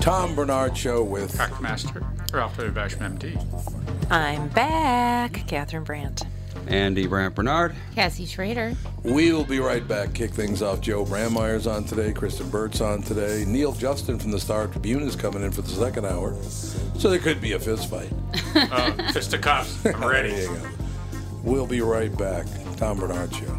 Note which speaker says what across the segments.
Speaker 1: Tom Bernard Show with
Speaker 2: Hackmaster, Ralph W. Basham, MD.
Speaker 3: I'm back, Catherine Brandt.
Speaker 4: Andy Brandt Bernard.
Speaker 5: Cassie Schrader.
Speaker 1: We will be right back. Kick things off. Joe Brandmeyer's on today. Kristen Burt's on today. Neil Justin from the Star Tribune is coming in for the second hour. So there could be a fist fight.
Speaker 2: Uh, fist of cuffs. I'm
Speaker 1: There
Speaker 2: ready.
Speaker 1: you go. We'll be right back. Tom Bernard Show.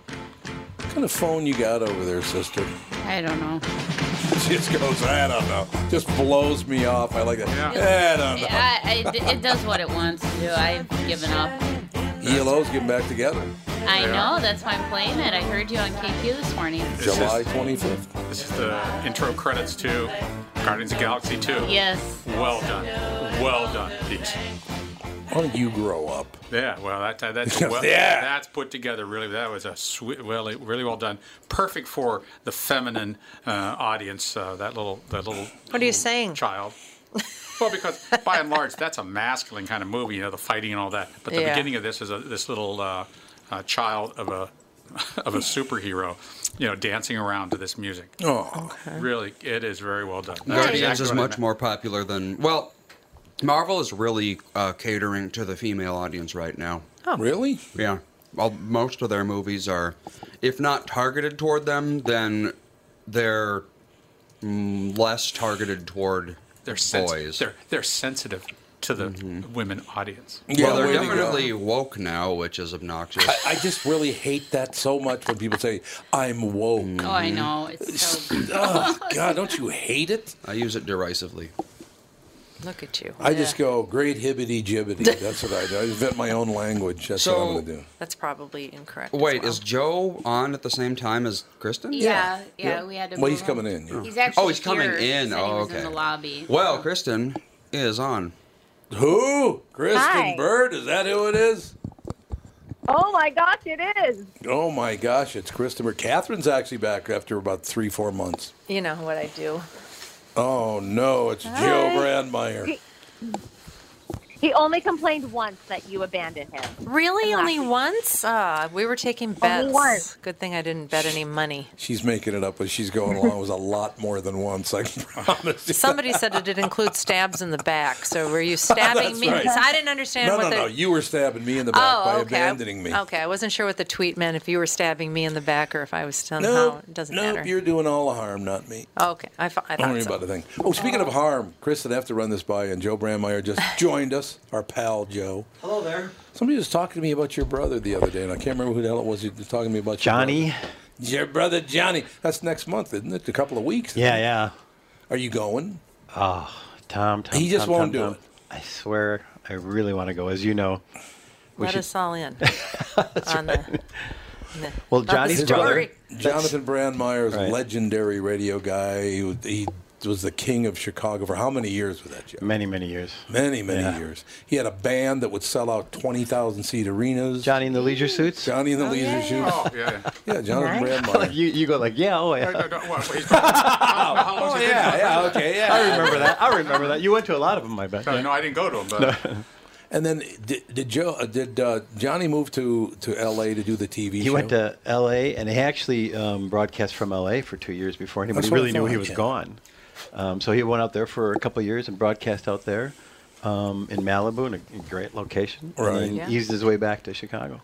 Speaker 1: kind of phone you got over there, sister?
Speaker 5: I don't know.
Speaker 1: just goes, I don't know. Just blows me off. I like that.
Speaker 2: Yeah.
Speaker 1: I don't know.
Speaker 5: I, I, it does what it wants to do. I've given up.
Speaker 1: ELO's E getting back together
Speaker 5: I know. That's why I'm playing it. I heard you on KQ this morning.
Speaker 2: This
Speaker 1: July
Speaker 2: is,
Speaker 1: 25th.
Speaker 2: this is the intro credits to Guardians of the Galaxy 2.
Speaker 5: Yes.
Speaker 2: Well done. Well done. Peach.
Speaker 1: Why don't you grow up?
Speaker 2: Yeah, well, that, that- that's well,
Speaker 1: Yeah.
Speaker 2: that's put together really. That was a sweet, really, really well done. Perfect for the feminine uh, audience. Uh, that little, that little.
Speaker 3: What are you saying?
Speaker 2: Child. Well, because by and large, that's a masculine kind of movie. You know, the fighting and all that. But the
Speaker 3: Yeah.
Speaker 2: beginning of this is a, this little uh, uh, child of a of a superhero, you know, dancing around to this music.
Speaker 1: Oh,
Speaker 2: Really, it is very well done. That's
Speaker 4: Guardians
Speaker 2: exactly
Speaker 4: is
Speaker 2: what I
Speaker 4: much
Speaker 2: meant.
Speaker 4: more popular than well. Marvel is really uh, catering to the female audience right now.
Speaker 5: Oh.
Speaker 1: really?
Speaker 4: Yeah. Well, most of their movies are, if not targeted toward them, then they're mm, less targeted toward
Speaker 2: They're
Speaker 4: boys. Mm-hmm.
Speaker 2: sensitive. They're they're sensitive to the women audience.
Speaker 4: well, they're
Speaker 1: way to go.
Speaker 4: definitely woke now, which is obnoxious.
Speaker 1: I, I just really hate that so much when people say, I'm woke.
Speaker 4: Mm.
Speaker 5: Oh, I know. It's so.
Speaker 1: Oh, God, don't you hate it?
Speaker 4: I use it derisively.
Speaker 3: Look at you.
Speaker 1: I just go, great hibbity jibbity. That's what I do. I invent my own language. That's what I'm
Speaker 4: So-
Speaker 1: going to do.
Speaker 3: That's probably incorrect. as
Speaker 4: Wait,
Speaker 3: well.
Speaker 4: is Joe on at the same time as Kristen?
Speaker 5: Yeah, yeah,
Speaker 1: yeah.
Speaker 5: we had to.
Speaker 1: Well, he's
Speaker 5: move
Speaker 1: coming in,
Speaker 5: him.
Speaker 1: yeah.
Speaker 5: He's actually
Speaker 4: Oh, he's coming
Speaker 5: here. He
Speaker 4: in.
Speaker 5: said
Speaker 4: Oh,
Speaker 5: he was
Speaker 4: okay.
Speaker 5: in the lobby.
Speaker 4: Well, Kristen is on.
Speaker 1: Who? Kristen
Speaker 6: Hi.
Speaker 1: Bird? Is that who it is?
Speaker 6: Oh my gosh, it is.
Speaker 1: Oh, my gosh, it's Kristen Bird. Catherine's actually back after about three, four months.
Speaker 3: You know what I do.
Speaker 1: Oh, no, it's Joe Brandmeier.
Speaker 6: He only complained once that you abandoned him.
Speaker 3: Really?
Speaker 6: And
Speaker 3: Only
Speaker 6: last-
Speaker 3: once? Ah, we were taking bets.
Speaker 6: once.
Speaker 3: Good thing I didn't bet any money.
Speaker 1: She's making it up as she's going along. It was a lot more than once, I can promise you.
Speaker 3: Somebody said it did include stabs in the back. So were you stabbing
Speaker 1: That's
Speaker 3: me?
Speaker 1: right.
Speaker 3: So I didn't understand
Speaker 1: No,
Speaker 3: what
Speaker 1: no,
Speaker 3: the.
Speaker 1: no. You were stabbing me in the back by
Speaker 3: Oh, okay. I-
Speaker 1: abandoning me.
Speaker 3: Okay, I wasn't sure what the tweet meant. If you were stabbing me in the back, or if I was somehow
Speaker 1: No,
Speaker 3: it doesn't
Speaker 1: no,
Speaker 3: matter.
Speaker 1: you're doing all the harm, not me.
Speaker 3: Okay, I, fo- I thought
Speaker 1: Don't worry
Speaker 3: so.
Speaker 1: about a thing. Oh, speaking of harm, Chris would have to run this by, and Joe Brandmeier just joined us, our pal Joe.
Speaker 7: Hello there.
Speaker 1: Somebody was talking to me about your brother the other day, and I can't remember who the hell it was. He was talking to me about
Speaker 7: Johnny?
Speaker 1: Your brother, your brother Johnny. That's next month, isn't it? A couple of weeks.
Speaker 7: Yeah, yeah.
Speaker 1: Are you going?
Speaker 7: Tom, Tom.
Speaker 1: He just
Speaker 7: Tom,
Speaker 1: won't
Speaker 7: Tom,
Speaker 1: do
Speaker 7: Tom.
Speaker 1: it.
Speaker 7: I swear, I really want to go. As you know, we
Speaker 3: Let
Speaker 7: should.
Speaker 3: us all in. on the, the-
Speaker 7: Well,
Speaker 3: about the
Speaker 7: Johnny's brother.
Speaker 3: story.
Speaker 1: Jonathan Brandmeier is a
Speaker 7: Right.
Speaker 1: legendary radio guy. He was, he was the king of Chicago for how many years was that, Joe?
Speaker 7: Many, many years.
Speaker 1: Many, many
Speaker 7: Yeah.
Speaker 1: years. He had a band that would sell out 20,000 seat arenas.
Speaker 7: Johnny in the leisure suits.
Speaker 1: Johnny and the Leisure
Speaker 3: yeah,
Speaker 1: Suits.
Speaker 2: Oh, yeah. yeah.
Speaker 1: Yeah, Jonathan
Speaker 7: Like
Speaker 1: Brandmeier.
Speaker 7: you, you go like, yeah, oh yeah.
Speaker 2: No, no, no, what, he's probably- how
Speaker 7: Oh,
Speaker 2: long's it been?
Speaker 1: yeah, okay, yeah.
Speaker 7: I remember that. I remember that. You went to a lot of them, I bet.
Speaker 2: No,
Speaker 7: Yeah.
Speaker 2: no, I didn't go to him, but
Speaker 1: And then did, did Joe uh, did uh, Johnny move to to L.A. to do the TV show?
Speaker 7: He went to L.A. and he actually um, broadcast from L.A. for two years before anybody
Speaker 1: That's what I
Speaker 7: really knew he
Speaker 1: thought,
Speaker 7: was
Speaker 1: yeah.
Speaker 7: gone. Um, so he went out there for a couple of years and broadcast out there um, in Malibu in a a great location.
Speaker 1: Right.
Speaker 7: And then
Speaker 3: Yeah.
Speaker 7: eased his way back to Chicago.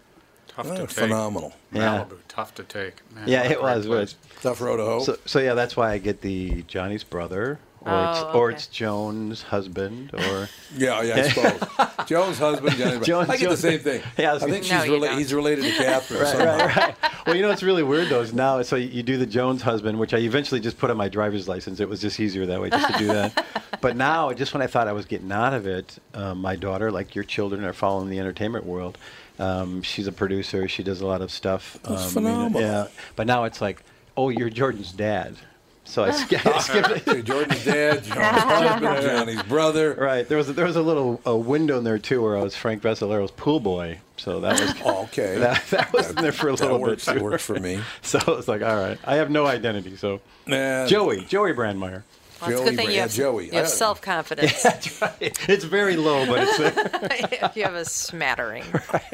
Speaker 2: tough
Speaker 1: Oh,
Speaker 2: to take.
Speaker 1: phenomenal.
Speaker 7: Yeah.
Speaker 2: Malibu, tough to take. Man,
Speaker 7: Yeah,
Speaker 2: what a
Speaker 7: it
Speaker 2: great
Speaker 7: was.
Speaker 2: place.
Speaker 7: but-
Speaker 1: Tough road to hoe.
Speaker 7: So, so yeah, that's why I get the Johnny's brother, or it's
Speaker 3: Oh,
Speaker 7: or
Speaker 3: okay.
Speaker 7: it's Joan's husband, or
Speaker 1: yeah, yeah, I suppose. Joan's husband, Johnny.
Speaker 7: Joan-
Speaker 1: I get the
Speaker 7: Joan-
Speaker 1: same thing.
Speaker 7: Yeah, I
Speaker 1: I,
Speaker 7: was
Speaker 1: think
Speaker 3: gonna-
Speaker 1: she's
Speaker 3: No, you
Speaker 1: rela-
Speaker 3: don't.
Speaker 1: he's related to Catherine.
Speaker 7: right,
Speaker 1: somehow.
Speaker 7: right, right. Well, you know what's really weird though is now, so you do the Jones husband, which I eventually just put on my driver's license. It was just easier that way, just to do that. but now, just when I thought I was getting out of it, um, my daughter, like your children, are following the entertainment world. Um, she's a producer. She does a lot of stuff. Um, you know,
Speaker 1: phenomenal.
Speaker 7: yeah. But now it's like, oh, you're Jordan's dad. So I, sk- I skipped it.
Speaker 1: So Jordan's dad, John's husband, Johnny's brother.
Speaker 7: Right. There was a, there was a little a window in there too where I was Frank Brasilero's pool boy. So that was
Speaker 1: Okay,
Speaker 7: that, that was in there for a little
Speaker 1: that works.
Speaker 7: bit.
Speaker 1: That
Speaker 7: too.
Speaker 1: works for me.
Speaker 7: So I was like, all right, I have no identity. So
Speaker 1: And
Speaker 7: Joey, Joey Brandmeier.
Speaker 3: Well, it's a
Speaker 1: Joey
Speaker 3: good thing you
Speaker 1: Brand-
Speaker 3: have,
Speaker 1: Joey.
Speaker 3: You have
Speaker 1: I-
Speaker 3: self confidence.
Speaker 7: It's very low, but it's
Speaker 3: you have a smattering.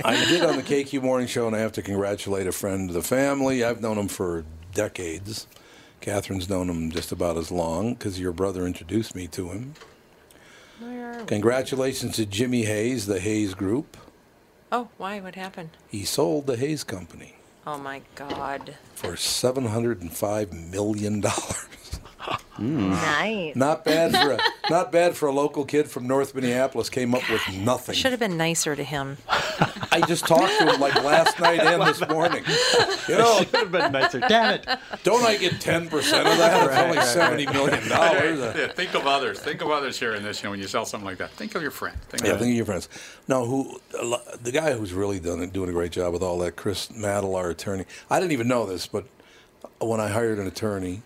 Speaker 1: I did on the KQ Morning Show, and I have to congratulate a friend of the family. I've known him for decades. Catherine's known him just about as long because your brother introduced me to him. Congratulations to Jimmy Hayes, the Hayes Group.
Speaker 3: Oh, why? What happened?
Speaker 1: He sold the Hayes Company
Speaker 3: Oh my God.
Speaker 1: for seven hundred and five million dollars.
Speaker 7: Hmm.
Speaker 6: Nice.
Speaker 1: Not bad for a not bad for a local kid from North Minneapolis. Came up with nothing.
Speaker 3: Should have been nicer to him.
Speaker 1: I just talked to him like last night and this morning. You know,
Speaker 7: would have been nicer. Damn it.
Speaker 1: don't I get ten percent of that? It's only seventy million dollars.
Speaker 2: Yeah, think of others. Think of others here in this. You know, when you sell something like that, think of your friend. Think
Speaker 1: Yeah,
Speaker 2: of
Speaker 1: think of your friends. Now, who a lo- the guy who's really done it, doing a great job with all that, Chris Maddle, our attorney. I didn't even know this, but when I hired an attorney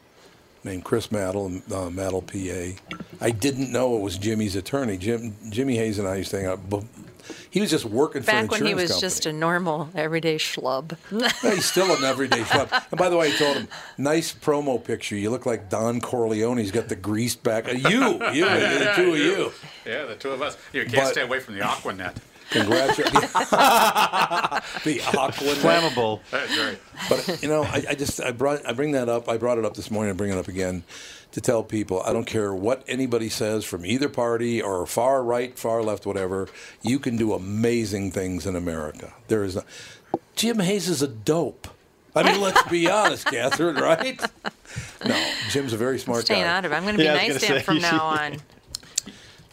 Speaker 1: named Chris Maddle, uh, Maddle PA, I didn't know it was Jimmy's attorney. Jim, Jimmy Hayes and I used to hang out. But he was just working for an
Speaker 3: Back
Speaker 1: insurance
Speaker 3: when he was
Speaker 1: company.
Speaker 3: just a normal, everyday schlub.
Speaker 1: Yeah, he's still an everyday schlub. And by the way, I told him, nice promo picture. You look like Don Corleone. He's got the greased back. Uh, You, you, the two of you.
Speaker 2: your- yeah, the two of us. You can't
Speaker 1: But-
Speaker 2: stay away from the Aquanet.
Speaker 1: Congratulations. the Aquanet.
Speaker 7: Flammable.
Speaker 2: That's right.
Speaker 1: But you know, I, I just I brought I bring that up. I brought it up this morning. I bring it up again to tell people I don't care what anybody says from either party or far right, far left, whatever. You can do amazing things in America. There is, no, Jim Hayes is a dope. I mean, let's be honest, Catherine. Right? No, Jim's a very smart
Speaker 3: Staying
Speaker 1: guy.
Speaker 3: out of it. I'm going to be
Speaker 7: Yeah, I was gonna
Speaker 3: nice to him
Speaker 7: say.
Speaker 3: from now on.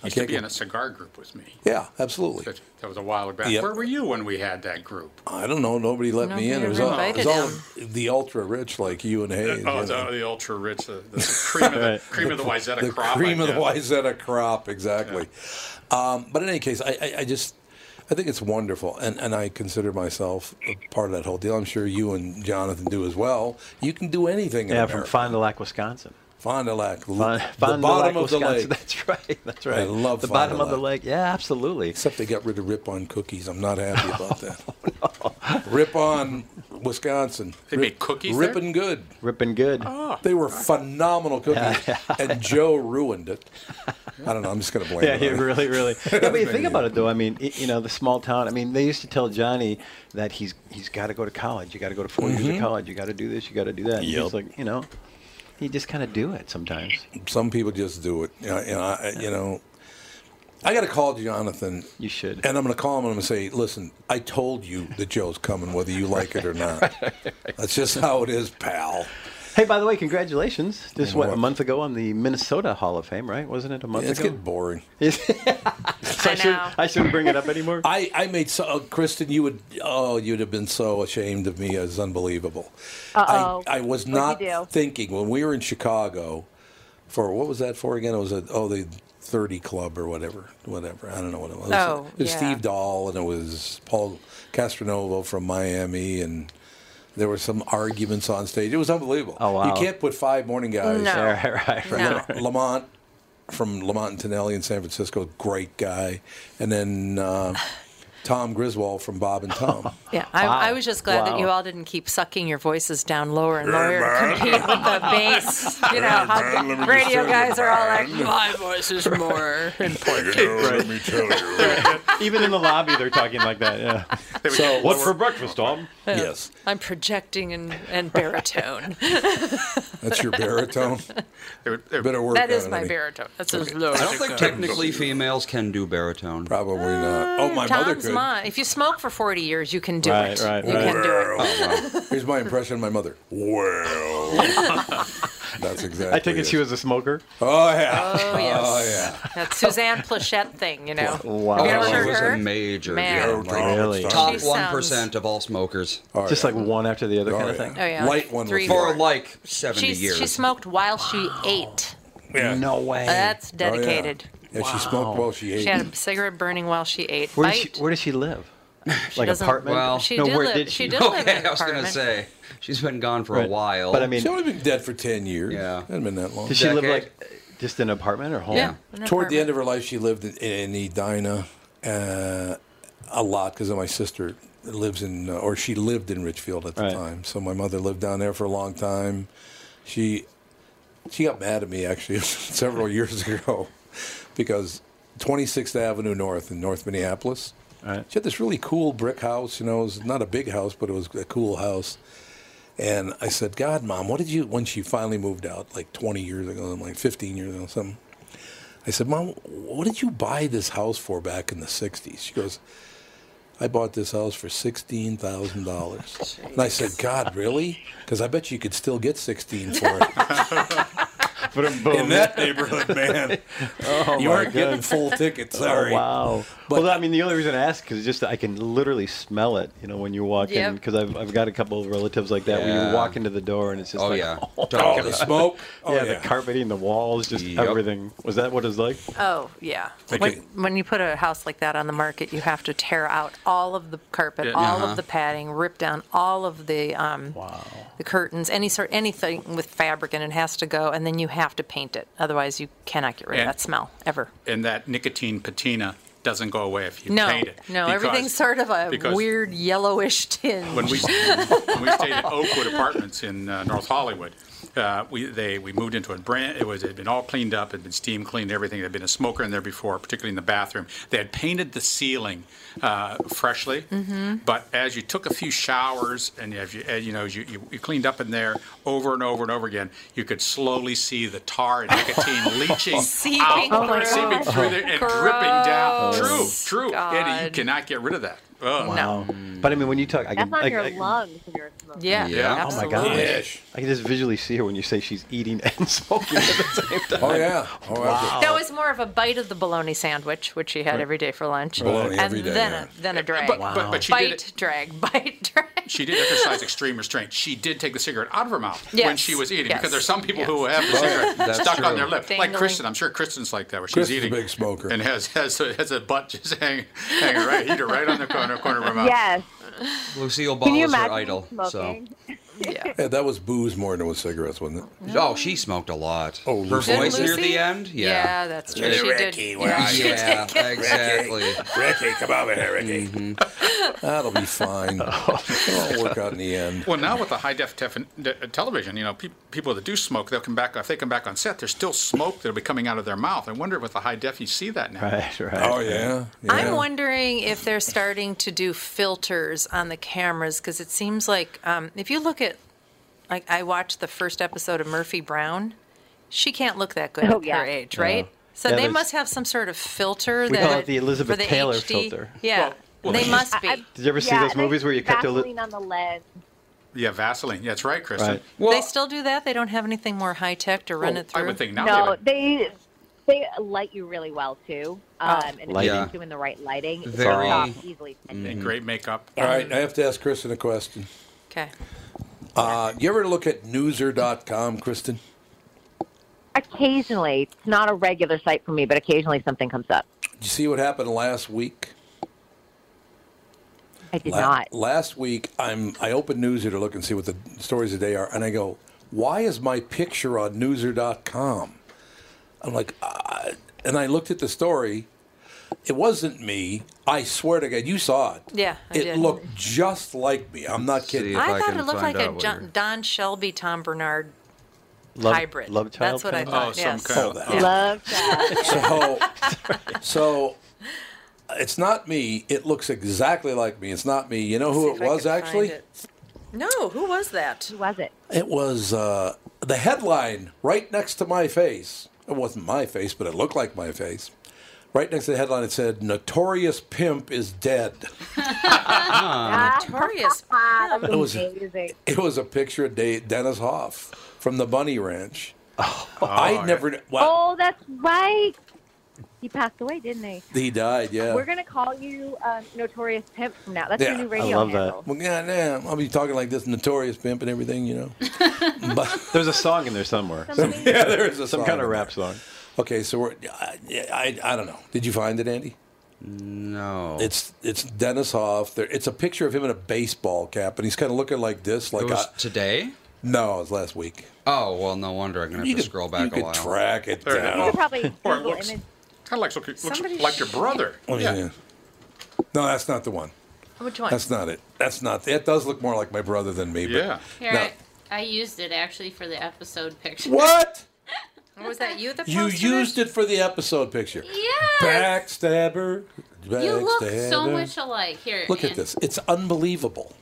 Speaker 2: He used to
Speaker 1: can't
Speaker 2: be
Speaker 1: go-
Speaker 2: in a cigar group with me.
Speaker 1: Yeah, absolutely.
Speaker 2: That, that was a while back.
Speaker 1: Yep.
Speaker 2: Where were you when we had that group?
Speaker 1: I don't know. Nobody let me in. It was all,
Speaker 3: Nobody
Speaker 1: it was all
Speaker 3: invited
Speaker 1: the ultra rich like you and Hayes.
Speaker 2: oh,
Speaker 1: you know.
Speaker 2: the, the ultra rich, the, the cream of the
Speaker 7: Right.
Speaker 2: cream of the Wyzetta
Speaker 1: the
Speaker 2: crop.
Speaker 1: cream
Speaker 2: I
Speaker 1: of the
Speaker 2: guess.
Speaker 1: Wyzetta crop, exactly. Um, but in any case, I, I, I just I think it's wonderful, and and I consider myself a part of that whole deal. I'm sure you and Jonathan do as well. You can do anything. in
Speaker 7: Yeah, from
Speaker 1: America.
Speaker 7: Fond du Lac, Wisconsin.
Speaker 1: Fond du Lac,
Speaker 7: Fond,
Speaker 1: the
Speaker 7: Fond du Lac,
Speaker 1: bottom of the lake.
Speaker 7: Wisconsin. That's right. That's right.
Speaker 1: I love
Speaker 7: the
Speaker 1: Fond
Speaker 7: bottom
Speaker 1: du
Speaker 7: of the
Speaker 1: Lac.
Speaker 7: lake. Yeah, absolutely.
Speaker 1: Except they got rid of Rip On cookies. I'm not happy about that.
Speaker 7: Oh,
Speaker 1: Rip On, Wisconsin.
Speaker 2: They made cookies there?
Speaker 1: Ripping good. Oh.
Speaker 7: Ripping good.
Speaker 1: They were phenomenal cookies, and Joe ruined it. I don't know. I'm just going to blame
Speaker 7: Yeah,
Speaker 1: it
Speaker 7: yeah,
Speaker 1: on-
Speaker 7: really, really. Yeah, but you think about it though. I mean, y- you know, the small town. I mean, they used to tell Johnny that he's he's got to go to college. You got to go to 4
Speaker 1: Mm-hmm.
Speaker 7: years of college. You got to do this. You got to do that. And
Speaker 1: Yep.
Speaker 7: He's like, you know, you just kind of do it sometimes.
Speaker 1: Some people just do it. You know, and I, you know, I got to call Jonathan.
Speaker 7: You should.
Speaker 1: And I'm going to call him and I'm going to say, listen, I told you that Joe's coming, whether you like it or not. That's just how it is, pal.
Speaker 7: Hey, by the way, congratulations! Just
Speaker 1: Yeah,
Speaker 7: what
Speaker 1: what?
Speaker 7: a month ago on the Minnesota Hall of Fame, right? Wasn't it a month
Speaker 1: It's
Speaker 7: ago?
Speaker 1: getting boring.
Speaker 7: So I,
Speaker 5: I
Speaker 7: should,
Speaker 5: know.
Speaker 7: I shouldn't bring it up anymore.
Speaker 1: I, I made so, uh, Kristen, you would, oh, you'd have been so ashamed of me. It's unbelievable. I,
Speaker 6: Uh-oh.
Speaker 1: I was
Speaker 6: What'd you
Speaker 1: not
Speaker 6: do?
Speaker 1: thinking when we were in Chicago for, what was that for again? It was a, oh, the 30 Club or whatever, whatever. I don't know what it was.
Speaker 3: Oh,
Speaker 1: it was
Speaker 3: yeah.
Speaker 1: Steve Dahl and it was Paul Castronovo from Miami and there were some arguments on stage. It was unbelievable.
Speaker 7: Oh, wow.
Speaker 1: You can't put five morning guys.
Speaker 3: No.
Speaker 7: All right, right, right.
Speaker 3: No.
Speaker 1: Lamont from Lamont and Tonelli in San Francisco, great guy, and then uh, Tom Griswold from Bob and Tom.
Speaker 3: Yeah, I,
Speaker 7: Wow.
Speaker 3: I was just glad that you
Speaker 7: Wow.
Speaker 3: all didn't keep sucking your voices down lower and lower to compete with the bass. You know,
Speaker 8: man, let me
Speaker 3: how
Speaker 8: just
Speaker 3: radio
Speaker 8: tell you,
Speaker 3: guys are all like,
Speaker 8: man.
Speaker 3: my voice is more important.
Speaker 8: let me tell you.
Speaker 7: Even in the lobby, they're talking like that. Yeah.
Speaker 2: They would
Speaker 1: So-
Speaker 2: get
Speaker 1: What
Speaker 2: lower-
Speaker 1: for
Speaker 7: breakfast, Tom?
Speaker 1: yes,
Speaker 3: I'm projecting and, and baritone.
Speaker 1: that's your baritone.
Speaker 2: They would, they would-
Speaker 1: Better work.
Speaker 3: that
Speaker 1: on
Speaker 3: is
Speaker 1: it,
Speaker 3: my
Speaker 1: honey.
Speaker 3: baritone. That's as low.
Speaker 4: I don't think technically females can do baritone.
Speaker 1: Probably not. Oh, my mother
Speaker 3: Tom's
Speaker 1: could.
Speaker 3: mom. If you smoke for 40 years, you can do
Speaker 7: Right,
Speaker 3: it.
Speaker 7: right,
Speaker 3: you
Speaker 7: right.
Speaker 3: can do it.
Speaker 1: Oh, Here's my impression of my mother.
Speaker 8: Well,
Speaker 1: That's exactly.
Speaker 7: I take it she was a smoker.
Speaker 1: Oh yeah.
Speaker 3: Oh, yes. That Suzanne Plachette thing, you know.
Speaker 7: Wow.
Speaker 3: Have you ever
Speaker 4: Oh,
Speaker 3: heard
Speaker 4: she was
Speaker 3: her?
Speaker 4: a major.
Speaker 3: Man.
Speaker 4: yeah,
Speaker 8: no,
Speaker 4: like,
Speaker 8: Tom,
Speaker 7: Really?
Speaker 8: it's
Speaker 4: Top
Speaker 8: Tom.
Speaker 3: She
Speaker 4: one
Speaker 3: sounds-
Speaker 4: percent of all smokers
Speaker 1: All
Speaker 7: Just like one after the other
Speaker 1: Oh,
Speaker 7: kind
Speaker 1: yeah.
Speaker 7: of thing.
Speaker 3: Oh, yeah.
Speaker 1: Light one
Speaker 3: Three,
Speaker 1: was
Speaker 3: four.
Speaker 4: for like seventy
Speaker 3: She's,
Speaker 4: years.
Speaker 3: she smoked while she ate.
Speaker 8: Yeah.
Speaker 7: No way.
Speaker 3: That's
Speaker 1: Oh, yeah.
Speaker 3: dedicated.
Speaker 1: Yeah, she smoked while she ate.
Speaker 3: She had a cigarette burning while she ate.
Speaker 7: where does
Speaker 3: Bite.
Speaker 7: she, where does she live? like
Speaker 3: doesn't-
Speaker 7: apartment?
Speaker 4: Well-
Speaker 3: she
Speaker 7: no,
Speaker 3: did
Speaker 7: where
Speaker 3: live,
Speaker 7: did
Speaker 3: she
Speaker 7: she?
Speaker 3: did live in
Speaker 4: okay,
Speaker 3: an
Speaker 4: I was gonna
Speaker 3: apartment.
Speaker 4: say she's been gone for
Speaker 7: Right.
Speaker 4: a while.
Speaker 7: But I mean,
Speaker 1: She's only been dead for ten years.
Speaker 4: Yeah.
Speaker 1: hasn't been that long.
Speaker 7: did she live
Speaker 4: decade.
Speaker 7: like just in an apartment or home?
Speaker 4: Yeah.
Speaker 3: An
Speaker 1: Toward the
Speaker 3: apartment.
Speaker 1: end of her life, she lived in, in Edina uh, a lot because my sister lives in, uh, or she lived in Richfield at the
Speaker 7: Right.
Speaker 1: time. So my mother lived down there for a long time. She she got mad at me actually several years ago because 26th Avenue North in North Minneapolis.
Speaker 7: Right.
Speaker 1: She had this really cool brick house. You know, it was not a big house, but it was a cool house. And I said, God, mom, what did you, when she finally moved out, like 20 years ago, and like 15 years ago, something. I said, Mom, what did you buy this house for back in the 60s? She goes, I bought this house for $16,000. and I said, God, really? Because I bet you could still get 16 for it. in that neighborhood, man.
Speaker 7: Oh,
Speaker 1: you aren't getting full tickets, sorry.
Speaker 7: Wow.
Speaker 1: But-
Speaker 7: well, I mean, the only reason I ask is just I can literally smell it, you know, when you walk in,
Speaker 3: Yep.
Speaker 7: because I've, I've got a couple of relatives like that where
Speaker 4: Yeah.
Speaker 7: you walk into the door and it's just
Speaker 4: oh
Speaker 7: like,
Speaker 4: yeah,
Speaker 1: Oh, the smoke. Oh,
Speaker 7: yeah, the carpeting, the walls, just
Speaker 4: Yep.
Speaker 7: everything. Was that what it was like?
Speaker 3: Oh, yeah.
Speaker 1: Okay.
Speaker 3: When, when you put a house like that on the market, you have to tear out all of the carpet,
Speaker 2: Yeah.
Speaker 3: all
Speaker 4: Uh-huh.
Speaker 3: of the padding, rip down all of the um, the curtains, any sort, anything with fabric, and it has to go. And then you have to paint it. Otherwise, you cannot get rid
Speaker 2: And-
Speaker 3: of that smell ever.
Speaker 2: and that nicotine patina doesn't go away if you
Speaker 3: No,
Speaker 2: paint it.
Speaker 3: no,
Speaker 2: because-
Speaker 3: everything's sort of a
Speaker 2: because
Speaker 3: weird yellowish tinge.
Speaker 2: When we, when we stayed at Oakwood Apartments in uh, North Hollywood, uh, we they we moved into a brand. It was it had been all cleaned up, had been steam cleaned, everything. There'd been a smoker in there before, particularly in the bathroom. They had painted the ceiling uh, freshly,
Speaker 3: Mm-hmm.
Speaker 2: but as you took a few showers and as you as you know as you, you, you cleaned up in there over and over and over again, you could slowly see the tar and nicotine leaching
Speaker 3: Seeping
Speaker 2: out,
Speaker 3: through.
Speaker 2: seeping through there and dripping down. True,
Speaker 3: Gross.
Speaker 2: true. Eddie, you
Speaker 3: God.
Speaker 2: cannot get rid of that. Ugh.
Speaker 3: no.
Speaker 7: But I mean, when you talk, I can,
Speaker 6: That's on
Speaker 7: I,
Speaker 6: your
Speaker 7: I-
Speaker 6: lungs when you're smoking.
Speaker 3: Yeah.
Speaker 4: Yeah.
Speaker 7: oh my
Speaker 3: absolutely.
Speaker 7: gosh.
Speaker 1: Ish.
Speaker 7: I can just visually see her when you say she's eating and smoking at the same time.
Speaker 1: Oh, yeah. Oh, wow.
Speaker 3: That was more of a bite of the bologna sandwich, which she had every day for lunch,
Speaker 1: Bologna
Speaker 3: and
Speaker 1: every day,
Speaker 3: then
Speaker 1: yeah.
Speaker 3: a, then a drag.
Speaker 2: But, but, but she did
Speaker 3: bite,
Speaker 2: it.
Speaker 3: drag, bite, drag.
Speaker 2: She did exercise extreme restraint. She did take the cigarette out of her mouth when
Speaker 3: Yes.
Speaker 2: she was eating,
Speaker 3: Yes.
Speaker 2: because there's some people
Speaker 3: Yes.
Speaker 2: who have the cigarette
Speaker 4: That's
Speaker 2: stuck on
Speaker 4: true.
Speaker 2: their lip, like
Speaker 3: Dangling.
Speaker 2: Kristen. I'm sure Kristen's like that, where she's
Speaker 1: Kristen's a
Speaker 2: eating
Speaker 1: big smoker.
Speaker 2: and has has a, has a butt just hanging hanging right either right on the corner corner of her mouth.
Speaker 6: Yes.
Speaker 4: Lucille Ball
Speaker 6: Can you
Speaker 4: is her
Speaker 6: imagine
Speaker 4: idol. So
Speaker 6: smoking?
Speaker 1: Yeah, that was booze more than it was cigarettes, wasn't it?
Speaker 4: Oh, she smoked a lot.
Speaker 1: Oh,
Speaker 4: Her
Speaker 1: Lucy.
Speaker 4: voice near
Speaker 3: Lucy?
Speaker 4: the end? Yeah.
Speaker 3: Yeah, that's true.
Speaker 8: Hey,
Speaker 3: She did.
Speaker 8: Ricky, where are you?
Speaker 4: Yeah, exactly.
Speaker 8: Ricky, come over here, Ricky.
Speaker 1: Mm-hmm. That'll be fine. It'll all work out in the end.
Speaker 2: Well, now with the high def, def- de- television, you know, peop people that do smoke, they'll come back. If they come back on set, there's still smoke that'll be coming out of their mouth. I wonder with the high def, you see that now.
Speaker 7: Right, right.
Speaker 1: Oh yeah. yeah.
Speaker 3: I'm wondering if they're starting to do filters on the cameras because it seems like um, if you look at, like I watched the first episode of Murphy Brown, she can't look that good
Speaker 6: Oh,
Speaker 3: at
Speaker 6: yeah.
Speaker 3: her age, right? So
Speaker 7: Yeah,
Speaker 3: they
Speaker 7: there's-
Speaker 3: must have some sort of filter
Speaker 7: We
Speaker 3: that
Speaker 7: call it the Elizabeth
Speaker 3: for the
Speaker 7: Taylor
Speaker 3: HD.
Speaker 7: filter.
Speaker 3: Yeah,
Speaker 2: Well,
Speaker 3: they
Speaker 2: well,
Speaker 3: must be.
Speaker 6: I-
Speaker 7: Did you ever see
Speaker 6: yeah,
Speaker 7: those
Speaker 6: and they
Speaker 7: movies where you kept a li-
Speaker 6: Vaseline on the lead?
Speaker 2: Yeah, Vaseline. Yeah, that's right, Kristen.
Speaker 7: Right.
Speaker 3: they still do that. They don't have anything more high tech to run
Speaker 2: Well,
Speaker 3: it through.
Speaker 2: I would think now they
Speaker 6: No,
Speaker 2: would.
Speaker 6: they they light you really well too. Um, and if
Speaker 7: Lighting.
Speaker 6: you're just doing the right lighting, it's
Speaker 4: Very-
Speaker 6: off easily.
Speaker 7: Mm.
Speaker 2: And great makeup.
Speaker 1: All right, I have to ask Kristen a question.
Speaker 3: Okay.
Speaker 1: Uh, you ever look at newser.com, Kristen?
Speaker 6: Occasionally, it's not a regular site for me, but occasionally something comes up.
Speaker 1: Did you see what happened last week?
Speaker 6: I did
Speaker 1: La-
Speaker 6: not.
Speaker 1: Last week, I'm I open Newser to look and see what the stories of the day are, and I go, "Why is my picture on Newser.com?" I'm like, uh, and I looked at the story. It wasn't me. I swear to God, you saw it.
Speaker 3: Yeah, I
Speaker 1: it
Speaker 3: did.
Speaker 1: looked just like me. I'm not
Speaker 4: See
Speaker 1: kidding.
Speaker 4: if
Speaker 3: I
Speaker 4: I
Speaker 3: thought
Speaker 4: can
Speaker 3: it looked
Speaker 4: find
Speaker 3: like a
Speaker 4: out what
Speaker 3: John,
Speaker 4: you're-
Speaker 3: Don Shelby, Tom Bernard
Speaker 7: Love-
Speaker 3: hybrid.
Speaker 7: Love child
Speaker 3: That's what I
Speaker 7: kind of-
Speaker 3: thought.
Speaker 2: Oh, some
Speaker 3: yes.
Speaker 2: kind of-
Speaker 1: Oh, that-
Speaker 3: Yeah.
Speaker 6: Love that.
Speaker 1: So, so it's not me. It looks exactly like me. It's not me. You know
Speaker 3: See
Speaker 1: who
Speaker 3: if
Speaker 1: it
Speaker 3: I
Speaker 1: was
Speaker 3: can find
Speaker 1: actually?
Speaker 3: it. No, who was that?
Speaker 6: Who was it?
Speaker 1: It was uh, the headline right next to my face. It wasn't my face, but it looked like my face. Right next to the headline, it said, Notorious Pimp is Dead.
Speaker 7: Um,
Speaker 3: Notorious.
Speaker 6: Ah, that
Speaker 1: It was-
Speaker 6: was amazing.
Speaker 1: It was a picture of De- Dennis Hoff from the Bunny Ranch.
Speaker 7: Oh.
Speaker 1: I never. kn- Well,
Speaker 6: Oh, that's right. He passed away, didn't he?
Speaker 1: he died, yeah.
Speaker 6: Oh. We're gonna call you um, Notorious Pimp from now. That's
Speaker 1: Yeah,
Speaker 6: your new
Speaker 1: I
Speaker 6: radio
Speaker 7: love that.
Speaker 6: handle.
Speaker 1: Well, yeah, nah, I'll be talking like this, Notorious Pimp and everything, you know. but
Speaker 7: There's a song in there somewhere. Some,
Speaker 6: Something-
Speaker 1: yeah, there is a
Speaker 7: some
Speaker 1: song
Speaker 7: kind of
Speaker 1: in
Speaker 7: rap
Speaker 1: there.
Speaker 7: song.
Speaker 1: Okay, so we're, I, I, I don't know. Did you find it, Andy?
Speaker 4: No.
Speaker 1: It's it's Dennis Hoff. There, it's a picture of him in a baseball cap, and he's kind of looking like this, like
Speaker 4: it was
Speaker 1: I-
Speaker 4: today?
Speaker 1: no, it was last week.
Speaker 4: Oh, well, no wonder I'm going to have to scroll back
Speaker 1: you
Speaker 4: a while.
Speaker 1: could track it
Speaker 2: There it
Speaker 6: You
Speaker 1: down.
Speaker 6: could probably
Speaker 2: Or it
Speaker 6: Google
Speaker 2: looks-
Speaker 6: image.
Speaker 2: Kind of like, looks, looks
Speaker 3: Somebody
Speaker 2: like your
Speaker 3: sh-
Speaker 2: brother.
Speaker 5: Oh,
Speaker 1: Let me see. No, that's not the one.
Speaker 3: Which one?
Speaker 1: That's not it. That's not. That does look more like my brother than me. But
Speaker 2: Yeah.
Speaker 5: Here,
Speaker 1: No.
Speaker 5: I, I used it actually for the episode picture.
Speaker 1: What?
Speaker 3: was that you that
Speaker 1: You
Speaker 3: posted
Speaker 1: used it for the episode picture.
Speaker 5: Yes.
Speaker 1: Backstabber. Backstabber.
Speaker 5: You look so much alike. Here.
Speaker 1: Look at
Speaker 5: and-
Speaker 1: this. It's unbelievable.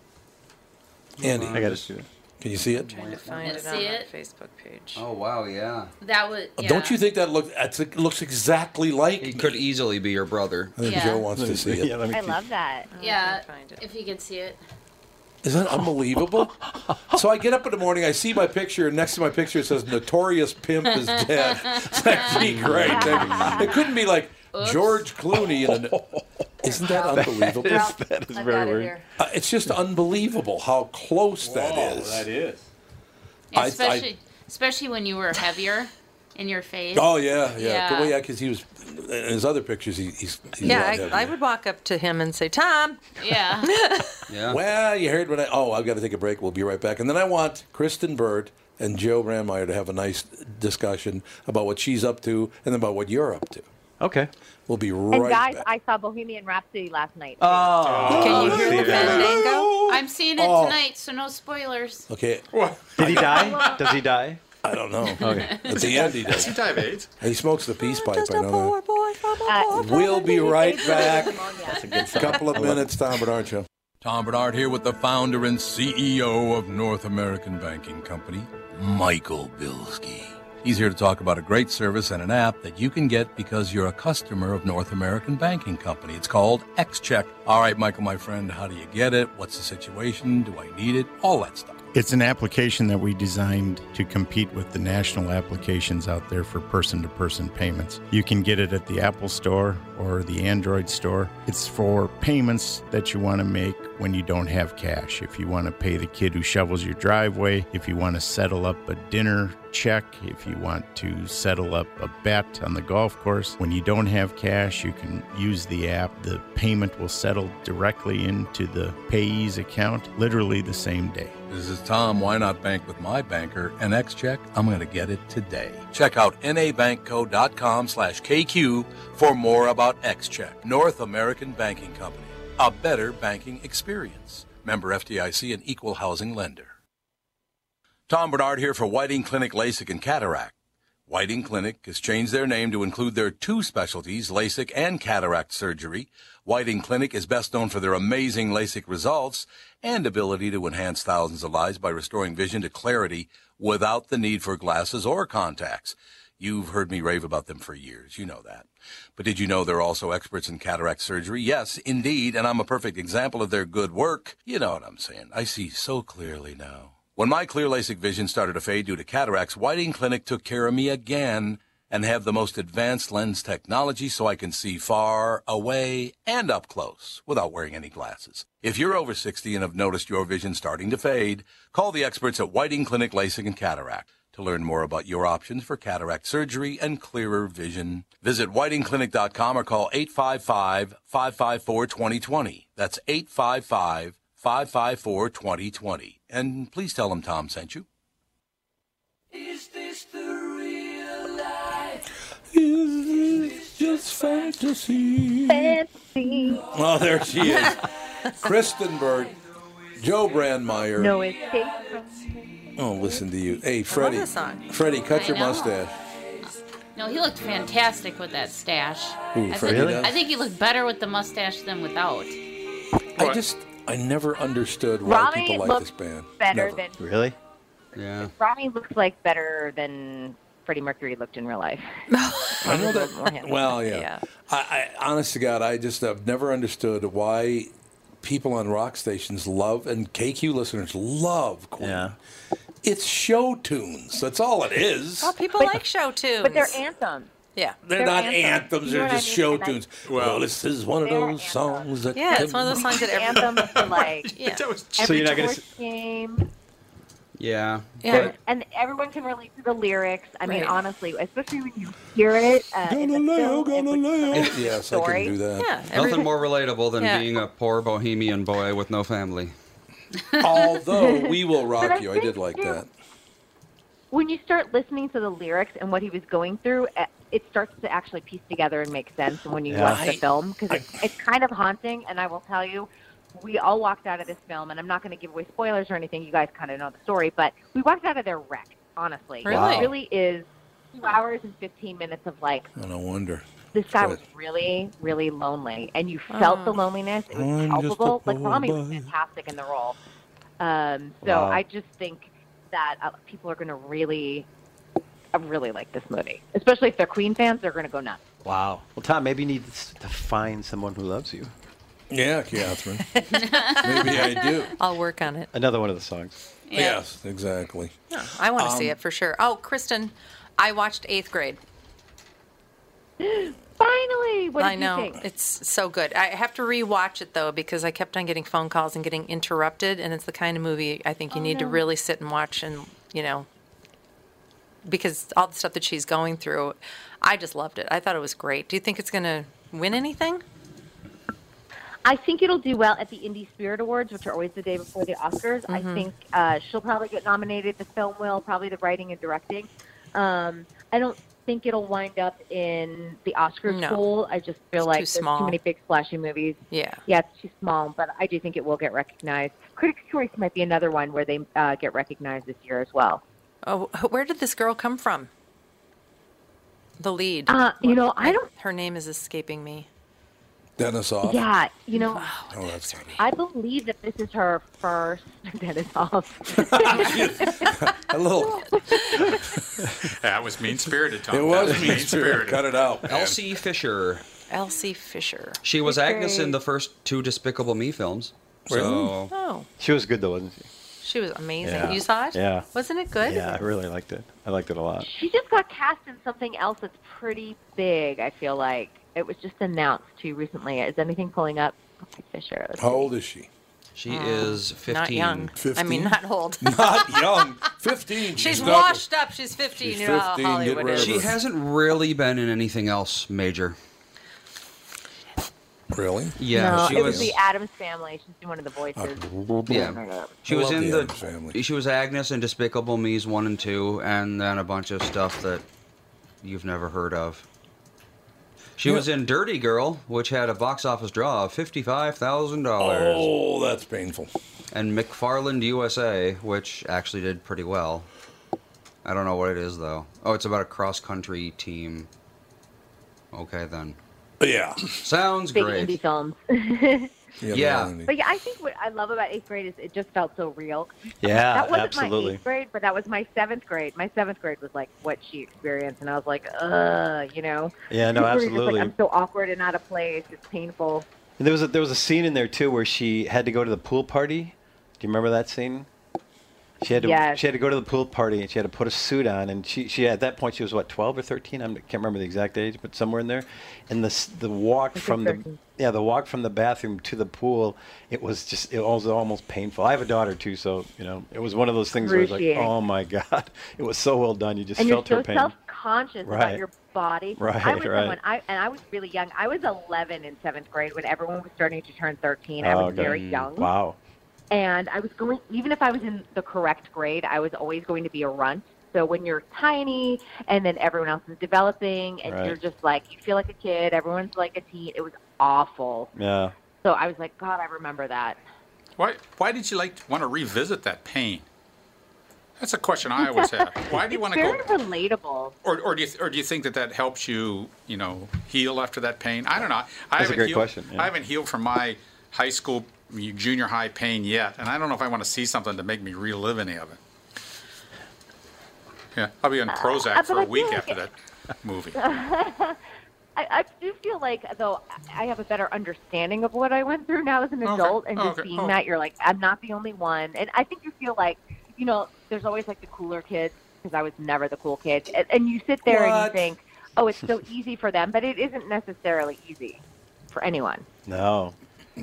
Speaker 1: Andy,
Speaker 7: I gotta see it.
Speaker 1: can you see it?
Speaker 3: Trying to find
Speaker 5: Let's
Speaker 3: it on
Speaker 5: see
Speaker 3: that
Speaker 5: it.
Speaker 3: Facebook page.
Speaker 4: Oh, wow, yeah.
Speaker 5: That was. Yeah.
Speaker 1: Don't you think that look? that's- It looks exactly like.
Speaker 4: He
Speaker 1: me.
Speaker 4: could easily be your brother.
Speaker 1: I think
Speaker 5: Yeah.
Speaker 1: Joe wants to see it. Is
Speaker 7: Yeah, let me
Speaker 6: I
Speaker 7: see.
Speaker 6: love that.
Speaker 5: Yeah.
Speaker 3: I can't find it.
Speaker 5: If you can see it.
Speaker 1: that unbelievable? so I get up in the morning, I see my picture, and next to my picture it says "Notorious Pimp is Dead." That'd be great. That'd be- It couldn't be like George Clooney. In a, isn't that unbelievable?
Speaker 7: That is
Speaker 5: I've
Speaker 7: very
Speaker 5: got it
Speaker 7: weird.
Speaker 5: here.
Speaker 1: Uh, it's just unbelievable how close that is.
Speaker 7: is.
Speaker 1: I- I-
Speaker 5: Especially, especially when you were heavier in your face.
Speaker 1: Oh yeah, yeah.
Speaker 5: Yeah.
Speaker 1: Well, yeah, because he was in his other pictures. He, he's, he's a lot
Speaker 3: Yeah,
Speaker 1: heavier.
Speaker 3: I, I would walk up to him and say, Tom,
Speaker 5: Yeah.
Speaker 4: Yeah.
Speaker 1: Well, you heard what I. Oh, I've got to take a break. We'll be right back. And then I want Kristen Bird and Joe Brandmeier to have a nice discussion about what she's up to and about what you're up to.
Speaker 7: Okay.
Speaker 1: We'll be right
Speaker 6: And guys,
Speaker 1: back.
Speaker 6: I saw Bohemian Rhapsody last night.
Speaker 7: Oh.
Speaker 3: can you
Speaker 7: let's
Speaker 3: hear
Speaker 7: see
Speaker 3: the
Speaker 7: that.
Speaker 3: fandango?
Speaker 5: I'm seeing it
Speaker 1: Oh.
Speaker 5: tonight, so no spoilers.
Speaker 1: okay,
Speaker 7: Did he die? Does he die?
Speaker 1: I don't know.
Speaker 7: Okay.
Speaker 1: At the end, he does.
Speaker 2: Does he have AIDS?
Speaker 1: He smokes the peace pipe.
Speaker 3: Just
Speaker 1: I
Speaker 3: a poor
Speaker 1: know
Speaker 3: boy from a
Speaker 6: Uh,
Speaker 3: poor
Speaker 1: that. We'll be right back.
Speaker 6: Pneumonia.
Speaker 1: A couple of minutes, Tom Bernard Show.
Speaker 8: Tom Bernard here with the founder and CEO of North American Banking Company, Michael Bilski. He's here to talk about a great service and an app that you can get because you're a customer of North American Banking Company. It's called XCheck. All right, Michael, my friend, how do you get it? What's the situation? Do I need it? All that stuff.
Speaker 9: It's an application that we designed to compete with the national applications out there for person to person payments. You can get it at the Apple Store or the Android Store. It's for payments that you want to make when you don't have cash. If you want to pay the kid who shovels your driveway, if you want to settle up a dinner check, if you want to settle up a bet on the golf course, when you don't have cash, you can use the app. The payment will settle directly into the payee's account literally the same day.
Speaker 1: This is Tom. Why not bank with my banker? NX check. I'm going to get it today. Check out nabankco.com slash KQ for more about XCheck, North American Banking Company. A better banking experience. Member FDIC and equal housing lender. Tom Bernard here for Whiting Clinic LASIK and Cataract. Whiting Clinic has changed their name to include their two specialties, LASIK and cataract surgery. Whiting Clinic is best known for their amazing LASIK results and ability to enhance thousands of lives by restoring vision to clarity without the need for glasses or contacts. You've heard me rave about them for years. You know that. But did you know they're also experts in cataract surgery? Yes, indeed. And I'm a perfect example of their good work. You know what I'm saying. I see so clearly now. When my clear LASIK vision started to fade due to cataracts, Whiting Clinic took care of me again and have the most advanced lens technology so I can see far, away, and up close without wearing any glasses. If you're over 60 and have noticed your vision starting to fade, call the experts at Whiting Clinic LASIK and Cataract. To learn more about your options for cataract surgery and clearer vision, visit whitingclinic.com or call 855-554-2020. That's 855-554-2020. And please tell them Tom sent you.
Speaker 10: Is this the real life?
Speaker 2: Just fantasy. Well, there she is. Kristen Berg, Joe Brandmeier.
Speaker 6: No escape from
Speaker 2: Oh, listen to you. Hey, Freddie.
Speaker 5: this song.
Speaker 2: Freddie, cut
Speaker 5: I
Speaker 2: your
Speaker 5: know.
Speaker 2: mustache.
Speaker 5: No, he looked fantastic with that stash.
Speaker 2: Ooh,
Speaker 5: I, think,
Speaker 2: Freddie does?
Speaker 5: I think he looked better with the mustache than without.
Speaker 1: Oh,
Speaker 2: I just, I never understood why
Speaker 6: Ronnie
Speaker 2: people like this
Speaker 6: looks
Speaker 2: band.
Speaker 6: better
Speaker 2: Never.
Speaker 6: than
Speaker 7: Really?
Speaker 4: Yeah.
Speaker 6: Ronnie looks like better than Freddie Mercury looked in real life.
Speaker 2: I know
Speaker 6: More
Speaker 2: that.
Speaker 6: handsome.
Speaker 2: Well, yeah.
Speaker 6: Yeah.
Speaker 2: I, I, honest to God, I just have never understood why people on rock stations love and KQ listeners love Queen. Yeah. It's show tunes. That's all it is.
Speaker 3: Well, Oh, people like show tunes.
Speaker 6: but they're anthems.
Speaker 3: Yeah.
Speaker 2: They're, not anthems. They're just show tunes. Well, this is one of those songs that.
Speaker 3: Yeah, it's one of those songs that everybody.
Speaker 6: like
Speaker 3: yeah.
Speaker 7: So you're not gonna
Speaker 6: Every
Speaker 7: s-
Speaker 6: divorce game,
Speaker 4: Yeah.
Speaker 6: and, and everyone can relate to the lyrics. I mean,
Speaker 3: Right.
Speaker 6: honestly, especially when you hear it. Uh, in the film, and when you
Speaker 2: Galileo.
Speaker 6: hear
Speaker 4: It-
Speaker 6: the
Speaker 4: yes, I can
Speaker 6: story.
Speaker 4: do
Speaker 2: that.
Speaker 3: Yeah,
Speaker 4: Nothing more relatable than
Speaker 6: Yeah.
Speaker 4: being a poor bohemian boy with no family.
Speaker 2: Although we will
Speaker 6: But I
Speaker 2: rock you, I
Speaker 6: think
Speaker 2: did like
Speaker 6: too-
Speaker 2: that.
Speaker 6: When you start listening to the lyrics and what he was going through, uh, it starts to actually piece together and make sense when you
Speaker 2: Yeah.
Speaker 6: watch the
Speaker 2: I-
Speaker 6: film because it's, it's kind of haunting. And I will tell you, we all walked out of this film, and I'm not going to give away spoilers or anything. You guys kind of know the story, but we walked out of there wrecked. Honestly,
Speaker 2: Really? Wow.
Speaker 6: it really is two hours and 15 minutes of like
Speaker 2: Oh, no wonder.
Speaker 6: this guy
Speaker 2: Right.
Speaker 6: was really, really lonely, and you
Speaker 3: Oh,
Speaker 6: felt the loneliness. It was
Speaker 2: I'm just a
Speaker 6: palpable. Like
Speaker 2: poor
Speaker 6: Rami was
Speaker 2: boy.
Speaker 6: fantastic in the role. Um, so
Speaker 7: Wow.
Speaker 6: I just think that uh, people are going to really, uh, really like this movie, especially if they're Queen fans. They're going to go nuts.
Speaker 7: Wow. Well, Tom, maybe you need to s- to find someone who loves you.
Speaker 2: Yeah, Catherine. Maybe I do.
Speaker 3: I'll work on it.
Speaker 7: Another one of the songs.
Speaker 2: Yes, exactly.
Speaker 3: No, I want to see
Speaker 2: Um,
Speaker 3: it for sure. Oh, Kristen, I watched Eighth Grade.
Speaker 6: Finally, what did
Speaker 3: I know
Speaker 6: you think?
Speaker 3: it's so good. I have to rewatch it though because I kept on getting phone calls and getting interrupted, and it's the kind of movie I think you
Speaker 6: Oh,
Speaker 3: need to really sit and watch, and you know, because all the stuff that she's going through, I just loved it. I thought it was great. Do you think it's going to win anything?
Speaker 6: I think it'll do well at the Indie Spirit Awards, which are always the day before the Oscars.
Speaker 3: Mm-hmm.
Speaker 6: I think uh, she'll probably get nominated. The film will, probably the writing and directing. Um, I don't think it'll wind up in the Oscars
Speaker 3: No.
Speaker 6: pool. I just feel
Speaker 3: It's
Speaker 6: like
Speaker 3: too
Speaker 6: there's
Speaker 3: small.
Speaker 6: too many big splashy movies.
Speaker 3: Yeah.
Speaker 6: Yeah, it's too small, but I do think it will get recognized. Critics' Choice might be another one where they uh, get recognized this year as well.
Speaker 3: Oh, where did this girl come from? The lead.
Speaker 6: Uh, you know, I don't.
Speaker 3: Her name is escaping me.
Speaker 2: Dennis off.
Speaker 6: Yeah, you know.
Speaker 2: Oh, that's not
Speaker 6: I believe that this is her first Dennis Hoff.
Speaker 2: a little.
Speaker 11: That was mean spirited, Tom.
Speaker 2: It
Speaker 11: That
Speaker 2: was mean
Speaker 11: mean-spirited.
Speaker 2: spirit. Cut it out. man.
Speaker 4: Elsie Fisher.
Speaker 3: Elsie Fisher.
Speaker 4: She was Agnes
Speaker 6: Okay.
Speaker 4: in the first two Despicable Me films. So
Speaker 3: Oh,
Speaker 7: She was good though, wasn't she?
Speaker 3: she was amazing.
Speaker 7: Yeah.
Speaker 3: You saw it?
Speaker 7: Yeah.
Speaker 3: Wasn't it good?
Speaker 7: Yeah, I really liked it. I liked it a lot.
Speaker 6: She just got cast in something else that's pretty big. I feel like it was just announced too recently. Is anything pulling up? Okay, Fisher. let's
Speaker 2: How
Speaker 1: Oh,
Speaker 6: see.
Speaker 2: old is she?
Speaker 4: she is 15.
Speaker 3: Not young. I
Speaker 2: 15?
Speaker 3: mean, not old.
Speaker 2: Not young. 15.
Speaker 3: She's
Speaker 2: not-
Speaker 3: washed up. She's 15.
Speaker 2: She's
Speaker 3: you know how
Speaker 2: 15, get
Speaker 3: Hollywood
Speaker 2: rid
Speaker 3: is.
Speaker 2: of
Speaker 4: She
Speaker 2: her.
Speaker 4: hasn't really been in anything else major.
Speaker 8: Really?
Speaker 6: no, it was the Adams family. She's in one of the
Speaker 1: Oh,
Speaker 6: voices.
Speaker 4: Yeah, she
Speaker 6: I
Speaker 4: was
Speaker 6: love
Speaker 4: in
Speaker 6: the
Speaker 4: the.
Speaker 6: Addams
Speaker 4: She was Agnes in Despicable Me's one and two, and then a bunch of stuff that you've never heard of. She was in Dirty Girl, which had a box office draw of fifty-five thousand dollars.
Speaker 8: Oh, that's painful.
Speaker 4: And McFarland USA, which actually did pretty well. I don't know what it is though. Oh, it's about a cross-country team. Okay then.
Speaker 8: Yeah.
Speaker 4: Sounds
Speaker 6: Big
Speaker 4: great.
Speaker 6: indie films.
Speaker 4: Yeah.
Speaker 6: But yeah, I think what I love about eighth grade is it just felt so real.
Speaker 7: Yeah,
Speaker 6: that wasn't my
Speaker 7: Uh, absolutely.
Speaker 6: eighth grade, but that was my seventh grade. My seventh grade was like what she experienced, and I was like, uh, you know.
Speaker 7: Yeah, no,
Speaker 6: People were just like,
Speaker 7: absolutely.
Speaker 6: I'm so awkward and out of place. It's painful.
Speaker 7: And there was a, there was a scene in there too where she had to go to the pool party. Do you remember that scene? She had to
Speaker 6: Yes.
Speaker 7: she had to go to the pool party and she had to put a suit on and she, she at that point she was what 12 or 13 I'm- I can't remember the exact age but somewhere in there and the s- the walk from the
Speaker 12: 13.
Speaker 7: yeah the walk from the bathroom to the pool it was just it was almost painful I have a daughter too so you know it was one of those things where it's like
Speaker 6: Excruciating.
Speaker 7: oh my god it was so well done you just
Speaker 6: and
Speaker 7: felt
Speaker 6: you're
Speaker 7: her
Speaker 6: so
Speaker 7: pain
Speaker 6: self-conscious about
Speaker 7: Right.
Speaker 6: your body.
Speaker 7: Right,
Speaker 6: I was
Speaker 7: right.
Speaker 6: someone, I, and I was really young. I was 11 in seventh grade when everyone was starting to turn 13. I
Speaker 7: Oh,
Speaker 6: was
Speaker 7: God.
Speaker 6: very young.
Speaker 7: wow
Speaker 6: And I was going, even if I was in the correct grade, I was always going to be a runt. So when you're tiny and then everyone else is developing and
Speaker 7: Right.
Speaker 6: you're just like, you feel like a kid, everyone's like a teen, it was awful.
Speaker 7: yeah
Speaker 6: So I was like, God, I remember that.
Speaker 2: Why, why did you like want to revisit that pain? That's a question I always have. Why do you want to go?
Speaker 6: Very relatable.
Speaker 2: Or, or, do you, or do you think that that helps you, you know, heal after that pain? I don't know. I
Speaker 7: That's a
Speaker 2: haven't
Speaker 7: great
Speaker 2: healed,
Speaker 7: question, yeah.
Speaker 2: I haven't healed from my high school, junior high pain yet, and I don't know if I want to see something to make me relive any of it. Yeah, I'll be on
Speaker 6: Uh,
Speaker 2: Prozac
Speaker 6: but
Speaker 2: for
Speaker 6: I
Speaker 2: a week
Speaker 6: feel like
Speaker 2: after that movie.
Speaker 6: I, I do feel like, though, I have a better understanding of what I went through now as an adult, and just
Speaker 13: Okay.
Speaker 6: seeing
Speaker 13: Oh.
Speaker 6: that, you're like, I'm not the only one. And I think you feel like, you know, there's always like the cooler kids, because I was never the cool kid. And, and you sit there and
Speaker 7: What?
Speaker 6: you think, oh, it's so easy for them, but it isn't necessarily easy for anyone.
Speaker 7: No.